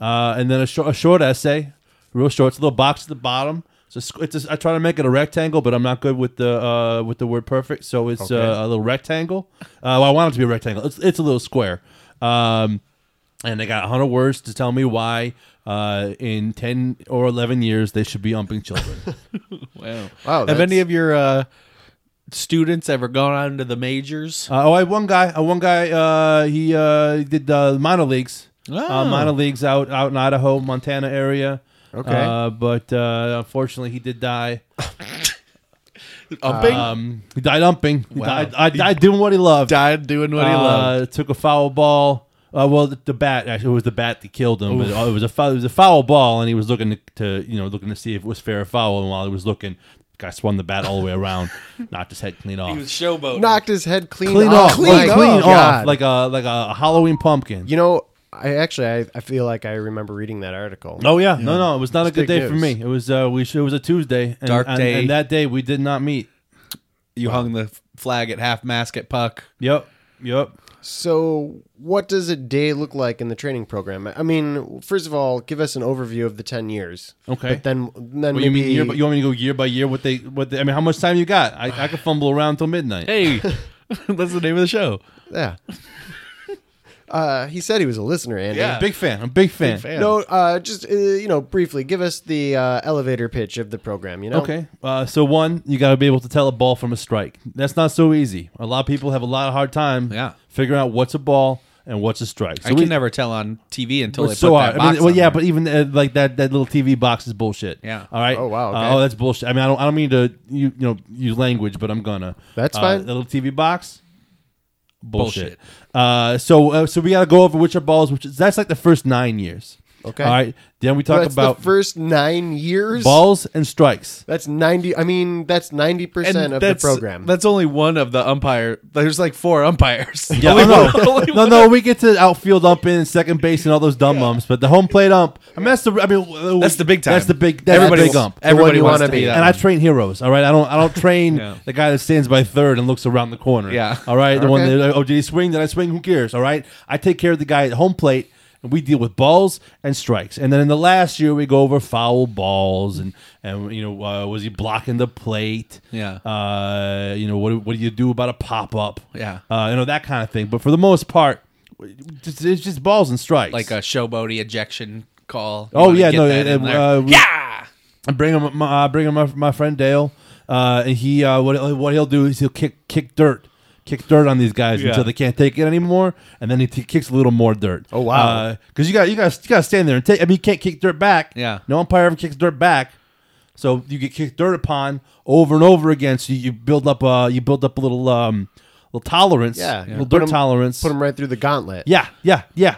Speaker 3: Uh, and then a, shor- a short essay, real short. It's a little box at the bottom. So it's, a squ- it's a, I try to make it a rectangle, but I'm not good with the uh, with the word perfect. So it's uh, a little rectangle. Uh, well, I want it to be a rectangle. It's, it's a little square. Um, and they got 100 words to tell me why uh, in 10 or 11 years they should be umping children.
Speaker 2: Wow.
Speaker 1: Wow,
Speaker 2: Have
Speaker 1: that's-
Speaker 2: any of your uh, students ever gone on to the majors?
Speaker 3: Uh, oh, I had one guy. Uh, one guy. Uh, he uh, did uh, minor leagues. Uh,
Speaker 2: Oh.
Speaker 3: minor leagues out out in Idaho, Montana area.
Speaker 1: Okay.
Speaker 3: Uh, but uh, unfortunately, he did die.
Speaker 2: Upping?
Speaker 3: Um, he died umping. He
Speaker 2: Wow.
Speaker 3: died, I died doing what he loved.
Speaker 2: Died doing what he
Speaker 3: uh,
Speaker 2: loved.
Speaker 3: Took a foul ball. Uh, well, the, the bat actually it was the bat that killed him. But uh, it was a foul, it was a foul ball, and he was looking to, to you know looking to see if it was fair or foul. And while he was looking, the guy swung the bat all the way around, knocked his head clean off.
Speaker 2: showboat.
Speaker 1: knocked his head clean,
Speaker 3: clean
Speaker 1: off,
Speaker 3: off, like,
Speaker 1: My
Speaker 3: clean
Speaker 1: God.
Speaker 3: off, like a like a Halloween pumpkin.
Speaker 1: you know, I actually I, I feel like I remember reading that article.
Speaker 3: Oh yeah, no, no, it was not a good
Speaker 1: big
Speaker 3: day for
Speaker 1: news.
Speaker 3: me. It was uh, we sh- it was a Tuesday, and,
Speaker 2: Dark
Speaker 3: and-
Speaker 2: day.
Speaker 3: and that day we did not meet.
Speaker 2: You hung the flag at half mast at puck.
Speaker 3: Yep, yep.
Speaker 1: So, what does a day look like in the training program? I mean, first of all, give us an overview of the ten years.
Speaker 3: Okay.
Speaker 1: But then, then
Speaker 3: Well,
Speaker 1: maybe
Speaker 3: you mean year? By, you want me to go year by year? What they? What? They, I mean, how much time you got? I, I could fumble around till midnight.
Speaker 2: Hey, that's the name of the show.
Speaker 1: yeah. uh, he said he was a listener, Andy.
Speaker 2: Yeah.
Speaker 3: Big fan. I'm a big fan.
Speaker 1: No, uh, just uh, you know, briefly, give us the uh, elevator pitch of the program. You know,
Speaker 3: Okay. Uh, so one, you got to be able to tell a ball from a strike. That's not so easy. A lot of people have a lot of hard time.
Speaker 2: Yeah.
Speaker 3: Figuring out what's a ball and what's a strike. So
Speaker 2: I
Speaker 3: we-
Speaker 2: can never tell on TV until they
Speaker 3: It's so
Speaker 2: put
Speaker 3: hard.
Speaker 2: that
Speaker 3: I mean,
Speaker 2: box
Speaker 3: well,
Speaker 2: on
Speaker 3: yeah,
Speaker 2: there.
Speaker 3: but even uh, like that, that little TV box is bullshit.
Speaker 2: Yeah.
Speaker 3: All right.
Speaker 1: Oh, wow,
Speaker 3: Uh,
Speaker 1: okay.
Speaker 3: oh, that's bullshit. I mean, I don't, I don't mean to you, you know use language, but I'm gonna.
Speaker 1: That's
Speaker 3: Uh,
Speaker 1: fine.
Speaker 3: That little TV box. Bullshit. Uh, so uh, so we got to go over which are balls. Which is, that's like the first nine years.
Speaker 1: Okay.
Speaker 3: All right. Then we talk
Speaker 1: that's
Speaker 3: about
Speaker 1: the first nine years.
Speaker 3: balls and strikes.
Speaker 1: That's ninety. I mean, that's ninety percent of the
Speaker 2: that's-
Speaker 1: program.
Speaker 2: That's only one of the umpire. There's like four umpires.
Speaker 3: Yeah, oh,
Speaker 2: Only
Speaker 3: no,
Speaker 2: one-
Speaker 3: no,
Speaker 2: only
Speaker 3: no, no, we get to outfield ump in second base and all those dumb umps, but the home plate ump. I mean, that's the. I mean,
Speaker 2: That's the big time.
Speaker 3: That's the big. That's
Speaker 2: Everybody
Speaker 3: the big
Speaker 2: wants-
Speaker 3: ump.
Speaker 2: Everybody
Speaker 1: you
Speaker 2: wants
Speaker 1: wanna
Speaker 2: to be,
Speaker 1: be.
Speaker 2: that.
Speaker 3: And I train heroes. All right, I don't. I don't train
Speaker 2: Yeah.
Speaker 3: the guy that stands by third and looks around the corner.
Speaker 2: Yeah.
Speaker 3: All right, the one
Speaker 1: Okay.
Speaker 3: that oh did he swing? Did I swing? Who cares? All right, I take care of the guy at home plate, and we deal with balls and strikes. And then in the last year, we go over foul balls and and you know uh, was he blocking the plate?
Speaker 2: Yeah.
Speaker 3: Uh, you know what? do- What do you do about a pop up?
Speaker 2: Yeah.
Speaker 3: Uh, you know that kind of thing. But for the most part, it's it's just balls and strikes.
Speaker 2: like a showboaty ejection call. You
Speaker 3: Oh
Speaker 2: wanna
Speaker 3: yeah,
Speaker 2: get
Speaker 3: no,
Speaker 2: that in
Speaker 3: uh,
Speaker 2: there.
Speaker 3: uh, we-
Speaker 2: yeah.
Speaker 3: I bring him my I bring him my, my friend Dale, uh, and he uh, what what he'll do is he'll kick kick dirt, kick dirt on these guys
Speaker 2: Yeah.
Speaker 3: until they can't take it anymore, and then he t- kicks a little more dirt.
Speaker 1: Oh, wow.
Speaker 3: Because you got you got you got to stand there and take. I mean, you can't kick dirt back.
Speaker 2: Yeah.
Speaker 3: no umpire ever kicks dirt back, so you get kicked dirt upon over and over again. So you, you build up uh you build up a little um little tolerance,
Speaker 1: yeah,
Speaker 3: little
Speaker 1: Put
Speaker 3: dirt
Speaker 1: 'em-
Speaker 3: tolerance.
Speaker 1: Put them right through the gauntlet.
Speaker 3: yeah, yeah, yeah.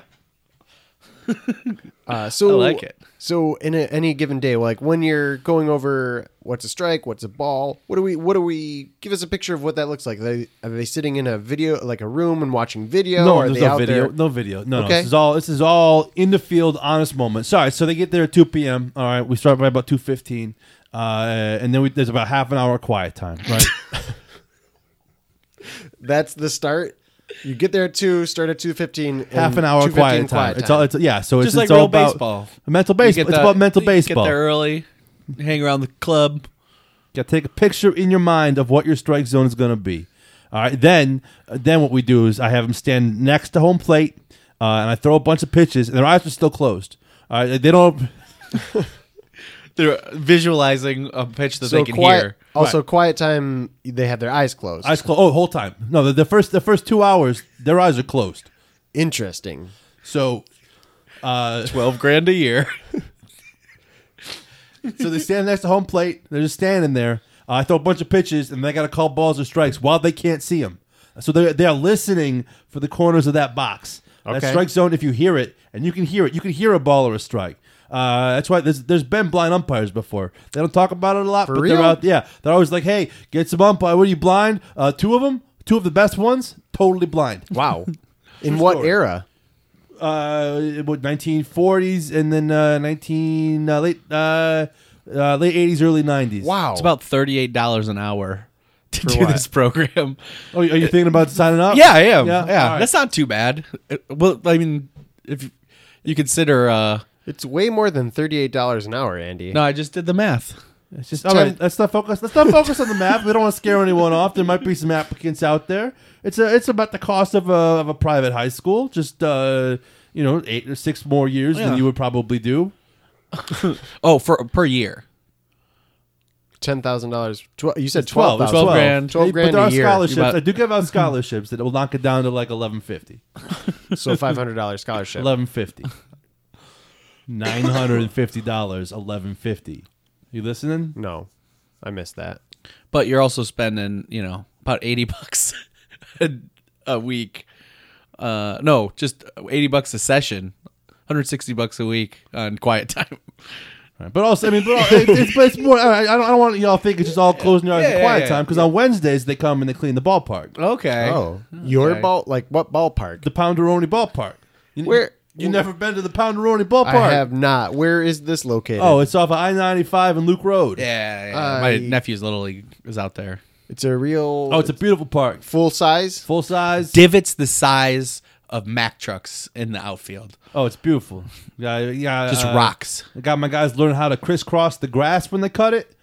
Speaker 1: Uh, so
Speaker 2: I like it.
Speaker 1: So in a, any given day, like when you're going over what's a strike, what's a ball, what do we, what do we? Give us a picture of what that looks like. Are they, are they sitting in a video, like a room, and watching video?
Speaker 3: No,
Speaker 1: are
Speaker 3: there's
Speaker 1: they
Speaker 3: no
Speaker 1: out
Speaker 3: video.
Speaker 1: there-
Speaker 3: No video. No, no.
Speaker 1: Okay.
Speaker 3: This is all. This is all in the field, honest moment. Sorry. So they get there at two p.m. All right. We start by about two fifteen, uh, and then we, there's about half an hour quiet time. Right.
Speaker 1: That's the start. You get there at two, start at two fifteen.
Speaker 3: half an hour quiet time. It's all. It's yeah. So
Speaker 2: Just
Speaker 3: it's,
Speaker 2: like
Speaker 3: it's all
Speaker 2: real
Speaker 3: about
Speaker 2: baseball.
Speaker 3: Mental
Speaker 2: You
Speaker 3: baseball.
Speaker 2: get
Speaker 3: It's
Speaker 2: the-
Speaker 3: about mental
Speaker 2: you
Speaker 3: baseball.
Speaker 2: Get there early, hang around the club.
Speaker 3: Got to take a picture in your mind of what your strike zone is going to be. All right, then then what we do is I have them stand next to home plate, uh, and I throw a bunch of pitches, and their eyes are still closed. All right, they don't.
Speaker 2: They're visualizing a pitch that
Speaker 1: So
Speaker 2: they can
Speaker 1: quiet.
Speaker 2: hear.
Speaker 1: Also, quiet time. They have their eyes closed.
Speaker 3: Eyes closed. Oh, whole time. No, the, the first the first two hours, their eyes are closed.
Speaker 1: Interesting.
Speaker 3: So, uh,
Speaker 2: Twelve grand a year.
Speaker 3: so they stand next to home plate. They're just standing there. Uh, I throw a bunch of pitches, and they got to call balls or strikes while they can't see them. So they they are listening for the corners of that box. That
Speaker 1: Okay.
Speaker 3: strike zone. If you hear it, and you can hear it, you can hear a ball or a strike. Uh, that's why there's, there's been blind umpires before. They don't talk about it a lot, but
Speaker 1: real?
Speaker 3: they're out. Yeah, they're always like, "Hey, get some umpire. What are you blind? Uh, two of them, two of the best ones, totally blind."
Speaker 1: Wow. in what
Speaker 3: story.
Speaker 1: era?
Speaker 3: uh, what 1940s and then uh, 19 uh, late uh, uh, late 80s, early 90s.
Speaker 1: Wow.
Speaker 2: It's about thirty-eight dollars an hour to do
Speaker 1: what?
Speaker 2: this program.
Speaker 3: Oh, are you thinking about signing up?
Speaker 2: Yeah, I am.
Speaker 3: Oh, Yeah?
Speaker 2: Yeah,
Speaker 3: All right.
Speaker 2: that's not too bad. Uh, Well, I mean, if you consider, uh,
Speaker 1: It's way more than thirty-eight dollars an hour, Andy.
Speaker 2: no, I just did the math.
Speaker 3: It's just all right. Let's not focus. Let's not focus on the map. We don't want to scare anyone off. There might be some applicants out there. It's a. It's about the cost of a of a private high school. Just uh, you know, eight or six more years
Speaker 2: Yeah.
Speaker 3: than you would probably do.
Speaker 2: Oh, for per year.
Speaker 1: ten thousand dollars. You said twelve. 12,
Speaker 3: Twelve, twelve
Speaker 2: grand.
Speaker 1: Twelve grand
Speaker 3: but there
Speaker 1: a
Speaker 3: are
Speaker 1: year.
Speaker 3: scholarships.
Speaker 2: About-
Speaker 3: I do give out scholarships that will knock it down to like eleven fifty.
Speaker 1: So five hundred dollars scholarship.
Speaker 3: Eleven fifty. Nine hundred and fifty dollars. Eleven fifty. You listening?
Speaker 1: No, I missed that.
Speaker 2: but you're also spending you know about 80 bucks a, a week uh no just 80 bucks a session 160 bucks a week on quiet time
Speaker 3: All right. But also, I mean, but all, it, it's, but it's more. I, I don't, I don't want y'all to think it's just all closing your eyes
Speaker 2: Yeah,
Speaker 3: at
Speaker 2: yeah,
Speaker 3: quiet
Speaker 2: yeah.
Speaker 3: time because on Wednesdays they come and they clean the ballpark,
Speaker 2: okay
Speaker 1: Oh, your ball? Like what ballpark?
Speaker 3: the Pounderoni ballpark. You,
Speaker 1: Where-
Speaker 3: you never been to the Pounderoni ballpark?
Speaker 1: I have not. Where is this located?
Speaker 3: Oh, it's off of I ninety five and Luke Road.
Speaker 2: yeah, yeah.
Speaker 1: I-
Speaker 2: my nephew's little league is out there
Speaker 1: it's a real.
Speaker 3: Oh, it's a beautiful park,
Speaker 1: full size.
Speaker 3: full size.
Speaker 2: divots the size of mac trucks in the outfield
Speaker 3: oh, it's beautiful. Yeah, yeah.
Speaker 2: just
Speaker 3: uh,
Speaker 2: rocks
Speaker 3: I got my guys learning how to crisscross the grass when they cut it.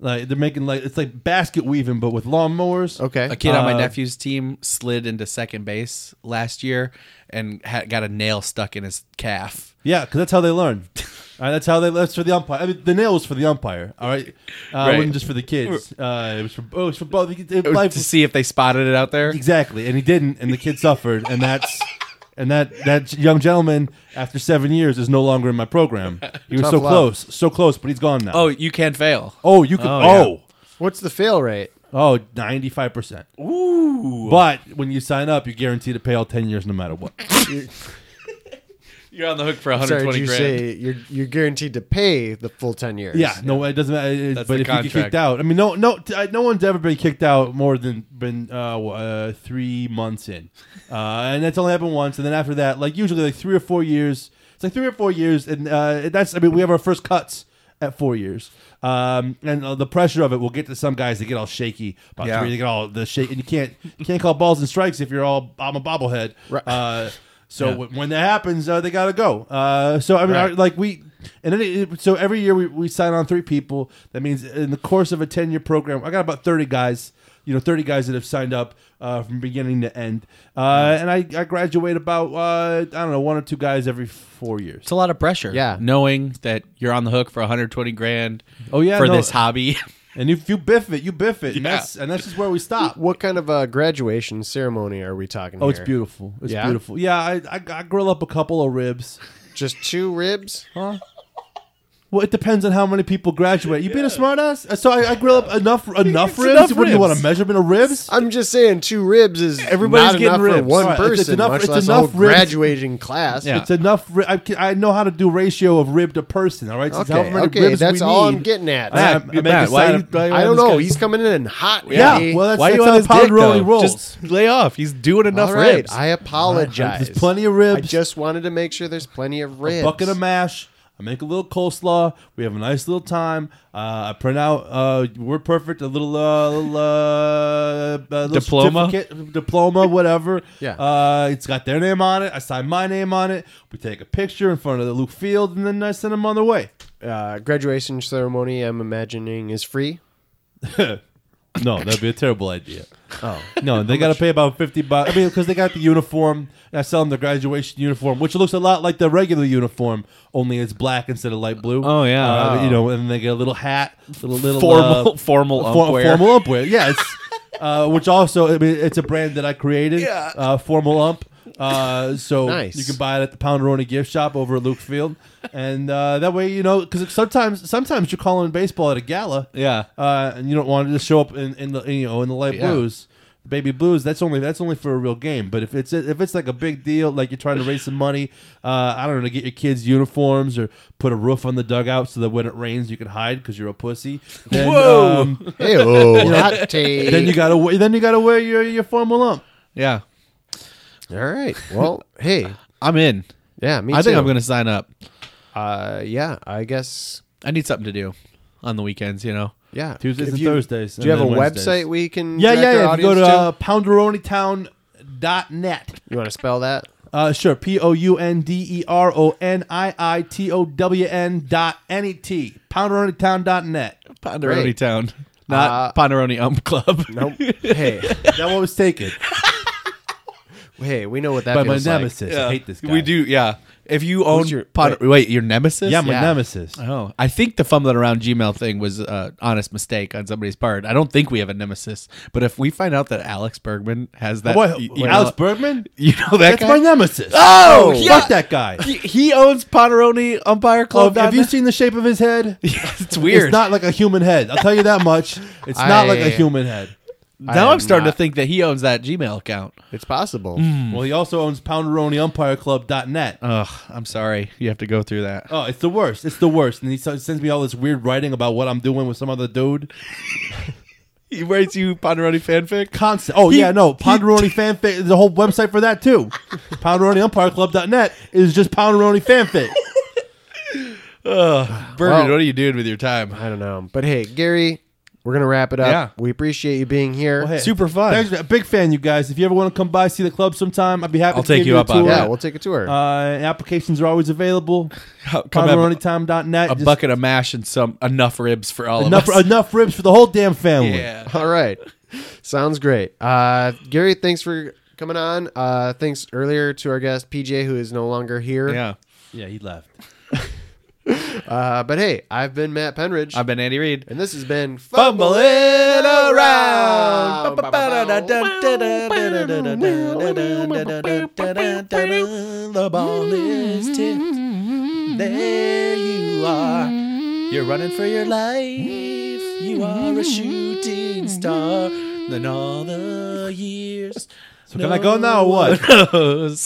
Speaker 3: Like they're making like it's like basket weaving, but with lawnmowers.
Speaker 1: Okay.
Speaker 2: a kid on my
Speaker 3: uh,
Speaker 2: nephew's team slid into second base last year and ha- got a nail stuck in his calf
Speaker 3: Yeah, because that's how they learn. All right, that's how they. That's for the umpire. I mean, the nail was for the umpire. All right, uh, it
Speaker 2: Right.
Speaker 3: wasn't just for the kids. Uh, it was for oh, it was for both. It- it- life
Speaker 2: to see if they spotted it out there
Speaker 3: exactly, and he didn't, and the kid suffered, and that's. And that, that young gentleman, after seven years, is no longer in my program. He was
Speaker 1: Tough
Speaker 3: so
Speaker 1: luck.
Speaker 3: close, so close, but he's gone now.
Speaker 2: oh you can fail
Speaker 3: oh you could,
Speaker 2: Oh,
Speaker 3: oh,
Speaker 1: What's the fail rate?
Speaker 3: oh, 95%.
Speaker 2: Ooh.
Speaker 3: But when you sign up, you're guaranteed to pay all 10 years no matter what.
Speaker 2: You're on the hook for
Speaker 1: Sorry,
Speaker 2: 120
Speaker 1: did you
Speaker 2: grand.
Speaker 1: say you're you're guaranteed to pay the full ten years?
Speaker 3: Yeah, no, it doesn't matter. It-
Speaker 2: That's the
Speaker 3: but if you get
Speaker 2: contract.
Speaker 3: kicked out, I mean, no, no, t- I- no one's ever been kicked out more than been uh, w- uh, three months in, uh, and that's only happened once. And then after that, like usually, like three or four years. It's like three or four years, and uh, that's I mean, we have our first cuts at four years, um, and uh, the pressure of it will get to some guys. They get all shaky about
Speaker 2: Yeah.
Speaker 3: three. They get all the shake, and you can't you can't call balls and strikes if you're all I'm a bobblehead.
Speaker 1: Right.
Speaker 3: Uh, so w- when that happens, uh, they gotta go. Uh, so I mean, our- like we, and then it, so every year we, we sign on three people. That means in the course of a ten year program, I got about thirty guys. You know, thirty guys that have signed up uh, from beginning to end. Uh, and I, I graduate about uh, I don't know one or two guys every four years.
Speaker 2: It's a lot of pressure.
Speaker 1: Yeah.
Speaker 2: Knowing that you're on the hook for 120 grand.
Speaker 3: Oh, yeah,
Speaker 2: For
Speaker 3: no.
Speaker 2: this hobby.
Speaker 3: And if you biff it, you biff it, and
Speaker 2: Yeah.
Speaker 3: that's and that's just where we stop.
Speaker 1: What kind of uh, graduation ceremony are we talking?
Speaker 3: Oh, it's
Speaker 1: here?
Speaker 3: beautiful. It's
Speaker 1: Yeah?
Speaker 3: beautiful. Yeah, I, I I grill up a couple of ribs.
Speaker 1: Just two ribs.
Speaker 3: Well, it depends on how many people graduate. You being a smartass? Uh, So I, I grill up enough enough ribs.
Speaker 2: enough
Speaker 3: what do you
Speaker 2: ribs.
Speaker 3: want a measurement of ribs?
Speaker 1: I'm just saying, two ribs is not
Speaker 3: Everybody's getting
Speaker 1: enough for
Speaker 3: ribs.
Speaker 1: one
Speaker 3: All right,
Speaker 1: person,
Speaker 3: it's enough-
Speaker 1: much
Speaker 3: it's
Speaker 1: less a
Speaker 3: enough
Speaker 1: whole
Speaker 3: ribs.
Speaker 1: graduating class.
Speaker 2: Yeah.
Speaker 3: It's enough. ri- I, can- I know how to do ratio of rib to person. All right, so it's
Speaker 1: Okay,
Speaker 3: however many
Speaker 1: okay,
Speaker 3: ribs
Speaker 1: that's
Speaker 3: we
Speaker 1: all
Speaker 3: need.
Speaker 1: I'm getting at.
Speaker 3: I- I
Speaker 2: Matt,
Speaker 3: make a
Speaker 2: Matt, why
Speaker 3: side
Speaker 2: you-
Speaker 3: of- why
Speaker 1: I don't
Speaker 3: this
Speaker 1: know.
Speaker 3: guy-
Speaker 1: He's coming in hot.
Speaker 3: Yeah,
Speaker 1: Eddie.
Speaker 3: well, that's,
Speaker 2: Why are
Speaker 3: that's
Speaker 2: you
Speaker 3: how
Speaker 2: on his
Speaker 3: the pound
Speaker 2: dick,
Speaker 3: roll he
Speaker 2: though?
Speaker 3: rolls.
Speaker 2: Just lay off. He's doing enough
Speaker 1: all right.
Speaker 2: ribs.
Speaker 1: I apologize.
Speaker 3: Uh, There's plenty of ribs.
Speaker 1: I just wanted to make sure there's plenty of ribs.
Speaker 3: bucket of mash. I make a little coleslaw. We have a nice little time. Uh, I print out uh, Word Perfect, a little, uh, little, uh, a little
Speaker 2: Diploma?
Speaker 3: certificate, diploma, whatever.
Speaker 1: Yeah.
Speaker 3: Uh, it's got their name on it. I sign my name on it. We take a picture in front of the Luke Field, and then I send them on their way.
Speaker 1: uh, graduation ceremony. I'm imagining is free.
Speaker 3: No, that'd be a terrible idea. Oh no, they got to pay about fifty bucks. I mean, because they got the uniform. And I sell them the graduation uniform, which looks a lot like the regular uniform, only it's black instead of light blue.
Speaker 2: Oh, yeah.
Speaker 3: Uh,
Speaker 2: Wow.
Speaker 3: you know, and they get a little hat, little little
Speaker 2: Formal-
Speaker 3: uh,
Speaker 2: formal
Speaker 3: for-
Speaker 2: umpwear.
Speaker 3: formal umpwear. Yeah, it's uh, which also I mean, it's a brand that I created.
Speaker 2: Yeah.
Speaker 3: uh, formal ump. Uh, so
Speaker 1: Nice.
Speaker 3: you can buy it at the Pounderoni gift shop over at Luke Field, and uh, that way you know because sometimes sometimes you're calling baseball at a gala,
Speaker 2: yeah.
Speaker 3: uh, and you don't want to just show up in, in the you know in the light
Speaker 1: Yeah.
Speaker 3: blues, the baby blues. That's only that's only for a real game. But if it's if it's like a big deal, like you're trying to raise some money, uh, I don't know, to get your kids uniforms or put a roof on the dugout so that when it rains you can hide because you're a pussy. Then,
Speaker 2: Whoa.
Speaker 3: um,
Speaker 1: Hey, oh, hot take.
Speaker 3: then you gotta we- then you gotta wear your your formal lump.
Speaker 2: Yeah.
Speaker 1: All right. Well, hey,
Speaker 2: I'm in.
Speaker 1: yeah, me
Speaker 2: I think
Speaker 1: too.
Speaker 2: I'm going to sign up.
Speaker 1: Uh, yeah, I guess.
Speaker 2: I need something to do on the weekends, you know?
Speaker 1: Yeah,
Speaker 3: Tuesdays
Speaker 1: If
Speaker 3: and
Speaker 1: you-
Speaker 3: Thursdays,
Speaker 1: Do you
Speaker 3: and
Speaker 1: have a
Speaker 3: then Wednesdays.
Speaker 1: website we can?
Speaker 3: Yeah,
Speaker 1: direct
Speaker 3: yeah,
Speaker 1: our
Speaker 3: yeah. If you go
Speaker 1: audience
Speaker 3: to uh, pounderonitown.net.
Speaker 1: you want to spell that?
Speaker 3: Uh, sure. P O U N D E R O N I I T O W N dot N E T. Pounderonitown dot net.
Speaker 2: Ponderoni
Speaker 1: Great.
Speaker 2: Town. Not Ponderoni Ump Club.
Speaker 1: Nope. hey,
Speaker 3: That one was taken
Speaker 1: hey, we know what that
Speaker 3: by my
Speaker 1: feels like.
Speaker 3: nemesis. I hate this guy.
Speaker 2: We do, yeah. If you own
Speaker 1: your-
Speaker 2: Ponder- wait. wait, your nemesis?
Speaker 3: Yeah, my
Speaker 1: Yeah.
Speaker 3: nemesis.
Speaker 2: Oh, I think the fumbling around Gmail thing was an honest mistake on somebody's part. I don't think we have a nemesis, but if we find out that Alex Bergman has that,
Speaker 3: What?
Speaker 2: you, you
Speaker 3: Alex
Speaker 2: know,
Speaker 3: Bergman?
Speaker 2: you know that
Speaker 3: That's
Speaker 2: guy?
Speaker 3: my nemesis.
Speaker 2: Oh, yeah.
Speaker 3: fuck that guy.
Speaker 2: he, he owns Ponderoni Umpire
Speaker 3: Oh,
Speaker 2: Club.
Speaker 3: have you
Speaker 2: down
Speaker 3: seen the shape of his head?
Speaker 2: there? it's weird.
Speaker 3: It's not like a human head. I'll tell you that much. It's not like
Speaker 1: I-
Speaker 3: a human head.
Speaker 1: I
Speaker 2: now
Speaker 1: am
Speaker 2: I'm starting
Speaker 1: not-
Speaker 2: to think that he owns that Gmail account.
Speaker 1: It's possible.
Speaker 2: Hmm.
Speaker 3: Well, he also owns PounderoniUmpireClub.net.
Speaker 2: Ugh, I'm sorry. You have to go through that.
Speaker 3: Oh, it's the worst. It's the worst. And he s- sends me all this weird writing about what I'm doing with some other dude.
Speaker 2: He writes you Ponderoni fanfic?
Speaker 3: Constant. Oh
Speaker 2: He-
Speaker 3: yeah, no.
Speaker 2: he-
Speaker 3: Ponderoni fanfic. There's a whole website for that too. PonderoniUmpireClub.net is just Ponderoni fanfic.
Speaker 2: Bergman,
Speaker 1: Well-
Speaker 2: what are you doing with your time?
Speaker 1: I don't know, but hey, Gary, we're gonna wrap it up.
Speaker 2: Yeah.
Speaker 1: we appreciate you being here.
Speaker 3: Well, hey,
Speaker 2: Super fun.
Speaker 3: Thanks, man. big fan, you guys. If you ever want to come by see the club sometime, I'd be happy.
Speaker 2: I'll
Speaker 3: to
Speaker 2: take
Speaker 3: give
Speaker 2: you
Speaker 3: a
Speaker 2: up on
Speaker 3: tour.
Speaker 1: yeah,
Speaker 2: that.
Speaker 1: we'll take a tour.
Speaker 3: Uh, applications are always available.
Speaker 2: Come have a-
Speaker 3: PonderoniTime.net.
Speaker 2: a
Speaker 3: Just
Speaker 2: bucket of mash and some enough ribs for all
Speaker 3: Enough,
Speaker 2: of us.
Speaker 3: enough ribs for the whole damn family.
Speaker 2: yeah.
Speaker 1: All right, sounds great. Uh, Gary, thanks for coming on. Uh, thanks earlier to our guest PJ, who is no longer here.
Speaker 2: Yeah.
Speaker 3: yeah, he left.
Speaker 1: Uh, but hey, I've been Matt Penridge,
Speaker 2: I've been Andy Reid.
Speaker 1: and this has been
Speaker 2: Fumbling
Speaker 1: around.
Speaker 2: The ball is tipped. There you are. You're running for your life. You are a shooting star. Then all the years. So
Speaker 3: can I go now or what?
Speaker 2: what?